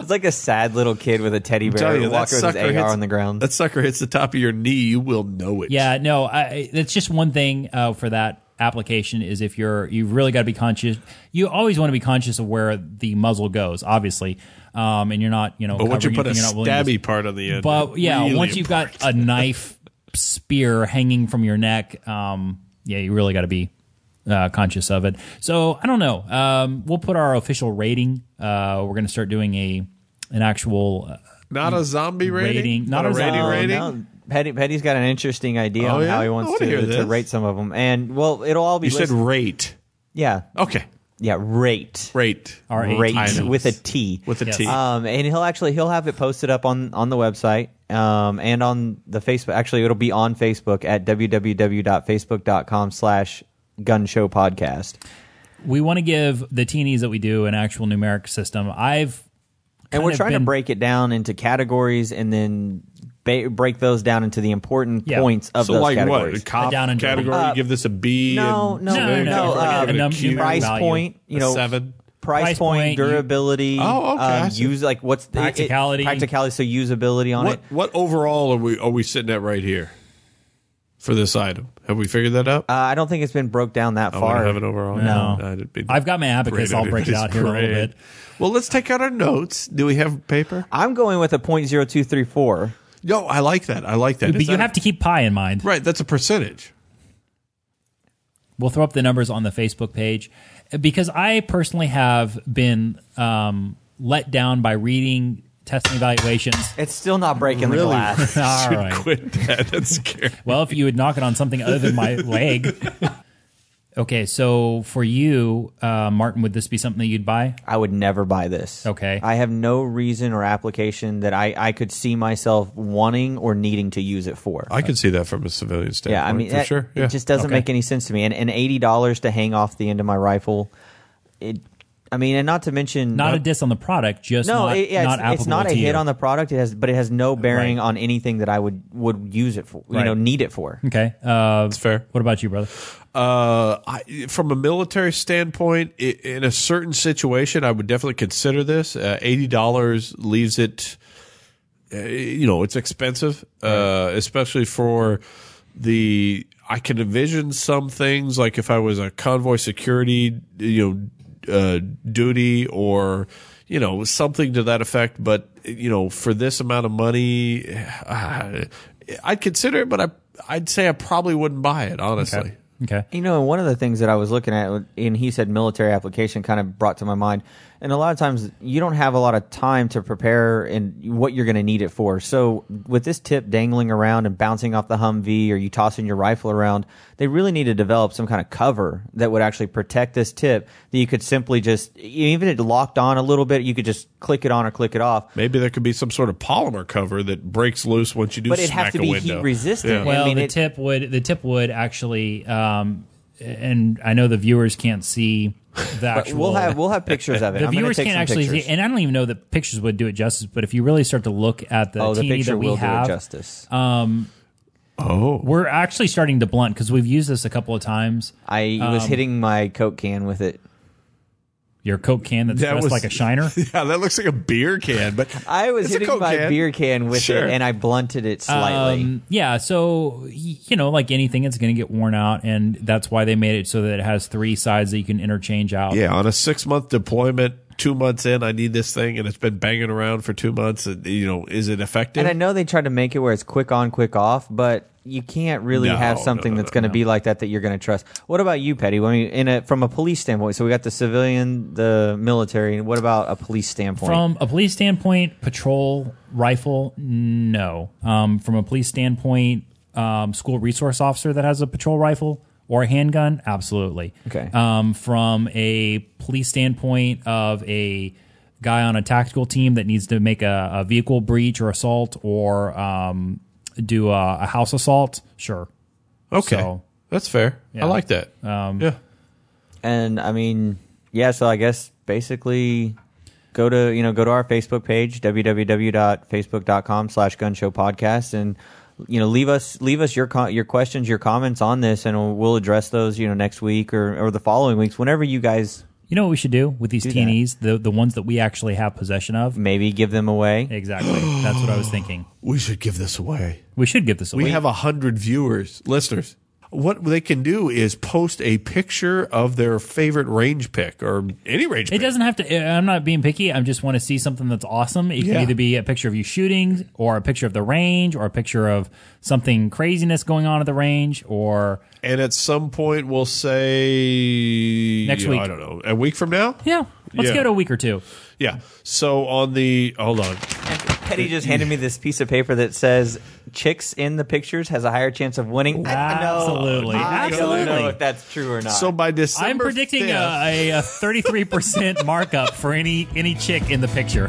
S2: It's like a sad little kid with a teddy
S1: Tell
S2: bear
S1: you, that
S2: walking with his
S1: sucker
S2: AR
S1: hits
S2: on the ground.
S1: That sucker hits the top of your knee, you will know it.
S3: Yeah, no, I, that's just one thing uh, for that application is if you're you've really got to be conscious. You always want to be conscious of where the muzzle goes, obviously, um, and you're not you know.
S1: But once you put
S3: covering
S1: a
S3: anything, you're not willing to-
S1: stabby part on the end,
S3: But
S1: it
S3: yeah,
S1: really
S3: once you've got a knife spear hanging from your neck, um, yeah, you really got to be uh, conscious of it. So I don't know. Um, we'll put our official rating. Uh, we're going to start doing a an actual. Uh,
S1: Not a zombie rating.
S3: Rating. Not a
S1: rating.
S3: zombie.
S1: rating.
S2: Um, No, Petty, Petty's got an interesting idea
S1: Oh,
S2: on
S1: yeah?
S2: how he
S1: I
S2: wants
S1: wanna hear
S2: to, to
S1: this.
S2: rate some of them, and well, it'll all be
S1: You said
S2: listed-
S1: rate.
S2: yeah,
S1: Okay,
S2: yeah, rate,
S1: rate.
S3: All right.
S2: rate
S1: I know.
S2: with a T,
S1: With a
S3: Yes.
S1: T.
S2: um, and he'll actually he'll have it posted up on on the website, um, and on the Facebook. Actually, it'll be on Facebook at www.facebook.com/slash Gun Show Podcast.
S3: we want to give the teenies that we do an actual numeric system. I've
S2: and we're
S3: kind of
S2: trying to
S3: been-
S2: break it down into categories and then ba- break those down into the important
S3: Yeah.
S2: points of
S1: so
S2: those
S1: like
S2: categories.
S1: what? A cop
S3: Down and dirty.
S1: category?
S2: Uh,
S1: give this a B?
S2: No,
S1: and
S2: no,
S3: No,
S2: no,
S1: civilian
S3: no,
S2: no.
S1: category,
S2: uh,
S1: give it a
S3: num-
S1: Q,
S3: numeric
S2: price
S3: value.
S2: point, you
S1: a
S2: know,
S1: seven.
S2: price,
S3: Price
S2: point,
S3: point, you-
S2: durability.
S1: Oh, okay, I
S2: Um,
S1: see.
S2: use like what's the it-
S3: Practicality.
S2: practicality. So usability on
S1: What
S2: it.
S1: what overall are we are we sitting at right here for this item? Have we figured that out?
S2: Uh, I don't think it's been broke down that
S1: I
S2: far.
S1: wouldn't have it overall.
S3: No.
S1: That'd be
S3: I've got my abacus.
S1: great.
S3: I'll break it
S1: It's
S3: out here in a little
S1: great.
S3: bit.
S1: Well, let's take out our notes. Do we have paper?
S2: I'm going with a point zero two three four.
S1: No, I like that. I like that.
S3: But
S1: Is
S3: you
S1: that a-
S3: have to keep pi in mind.
S1: right. That's a percentage.
S3: We'll throw up the numbers on the Facebook page because I personally have been um, let down by reading testing evaluations.
S2: It's still not breaking the glass.
S3: All
S1: Should
S3: right.
S1: quit that. That's scary.
S3: Well, if you would knock it on something other than my leg. Okay, so for you, uh, Martin, would this be something that you'd buy?
S2: I would never buy this.
S3: Okay.
S2: I have no reason or application that I, I could see myself wanting or needing to use it for.
S1: I can see that from a civilian standpoint.
S2: yeah, I mean,
S1: for
S2: that-
S1: sure.
S2: it just doesn't
S3: Okay.
S2: make any sense to me. And, and eighty dollars to hang off the end of my rifle, it. I mean, and not to mention
S3: Not a diss on the product, just
S2: no,
S3: not,
S2: it, yeah,
S3: not
S2: it's,
S3: applicable
S2: it's not a
S3: to
S2: hit
S3: you.
S2: on the product. It has, but it has no bearing
S3: Right.
S2: on anything that I would would use it for. You
S3: Right.
S2: know, need it for.
S3: okay, uh,
S1: That's fair.
S3: what about you, brother?
S1: Uh, I, from a military standpoint, i in a certain situation, I would definitely consider this. Uh, Eighty dollars leaves it. Uh, you know, it's expensive, uh, especially for the. I can envision some things like if I was a convoy security, you know, uh, duty or you know something to that effect. But you know, for this amount of money, uh, I'd consider it, but I. I'd say I probably wouldn't buy it, honestly.
S3: Okay,
S2: You know, and one of the things that I was looking at, and he said military application kind of brought to my mind. And a lot of times you don't have a lot of time to prepare and what you're going to need it for. So with this tip dangling around and bouncing off the Humvee or you tossing your rifle around, they really need to develop some kind of cover that would actually protect this tip that you could simply just, even if it locked on a little bit, you could just click it on or click it off.
S1: Maybe there could be some sort of polymer cover that breaks loose once you do.
S2: But it'd
S1: smack
S2: have to
S1: a
S2: be
S1: window.
S2: heat resistant.
S3: Well,
S2: I mean,
S3: the
S2: it-
S3: tip would the tip would actually, um, and I know the viewers can't see the actual.
S2: We'll have, we'll have pictures of it.
S3: the
S2: I'm gonna
S3: viewers
S2: take
S3: can't
S2: some
S3: actually
S2: pictures.
S3: see, and I don't even know that pictures would do it justice. But if you really start to look at the
S2: Oh, the
S3: teeny
S2: picture
S3: that we
S2: will
S3: have, Uh,
S2: do it justice.
S1: Oh,
S3: we're actually starting to blunt because we've used this a couple of times.
S2: I was
S3: um,
S2: hitting my Coke can with it.
S3: Your Coke can that's
S1: That
S3: dressed
S1: was-
S3: like a shiner.
S1: yeah, that looks like a beer can. But
S2: I was
S1: it's a
S2: hitting
S1: Coke
S2: my
S1: can.
S2: beer can with
S1: Sure.
S2: it, and I blunted it slightly.
S3: Um, yeah, so y- you know, like anything, it's going to get worn out, and that's why they made it so that it has three sides that you can interchange out.
S1: Yeah, on a six month deployment, two months in, I need this thing, and it's been banging around for two months. And, you know, is it effective?
S2: and I know they tried to make it where it's quick on, quick off, but you can't really
S1: No,
S2: have
S1: no,
S2: something
S1: no,
S2: that's going to be like that that you're going to trust. What about you, Petty? When you, in a, from a police standpoint, so we got the civilian, the military, and what about a police standpoint?
S3: From a police standpoint, patrol rifle, no. Um, from a police standpoint, um, school resource officer that has a patrol rifle or a handgun, absolutely.
S2: Okay.
S3: Um, from a police standpoint of a guy on a tactical team that needs to make a, a vehicle breach or assault or um, do a, a house assault, sure.
S1: okay,
S3: so- Um,
S1: that's fair. I like that. yeah,
S2: and I mean, yeah. So I guess basically, go to you know go to our Facebook page www.facebook.com slash Gun Show Podcast and you know leave us leave us your con- your questions your comments on this and we'll, we'll address those you know next week or or the following weeks whenever you guys
S3: You know what we should do with these
S2: that. Mm.
S3: TNEs, the, the ones that we actually have possession of?
S2: maybe give them away.
S3: Exactly. That's what I was thinking.
S1: we should give this away.
S3: We should give this away.
S1: We, have a hundred viewers, listeners. What they can do is post a picture of their favorite range pick or any range.
S3: It
S1: pick.
S3: doesn't have to. uh, I'm not being picky. I just want to see something that's awesome. It
S1: Yeah.
S3: can either be a picture of you shooting, or a picture of the range, or a picture of something craziness going on at the range, or
S1: and at some point we'll say
S3: Next
S1: you know,
S3: week.
S1: I don't know. A week from now?
S3: yeah, let's
S1: Yeah.
S3: go to a week or two.
S1: Yeah. So on the hold on.
S2: Petty just handed me this piece of paper that says chicks in the pictures has a higher chance of winning. I, know,
S3: Absolutely.
S2: I don't know
S3: Absolutely.
S2: if that's true or not.
S1: So by December,
S3: I'm predicting uh,
S1: 5th,
S3: a, a 33 percent markup for any any chick in the picture.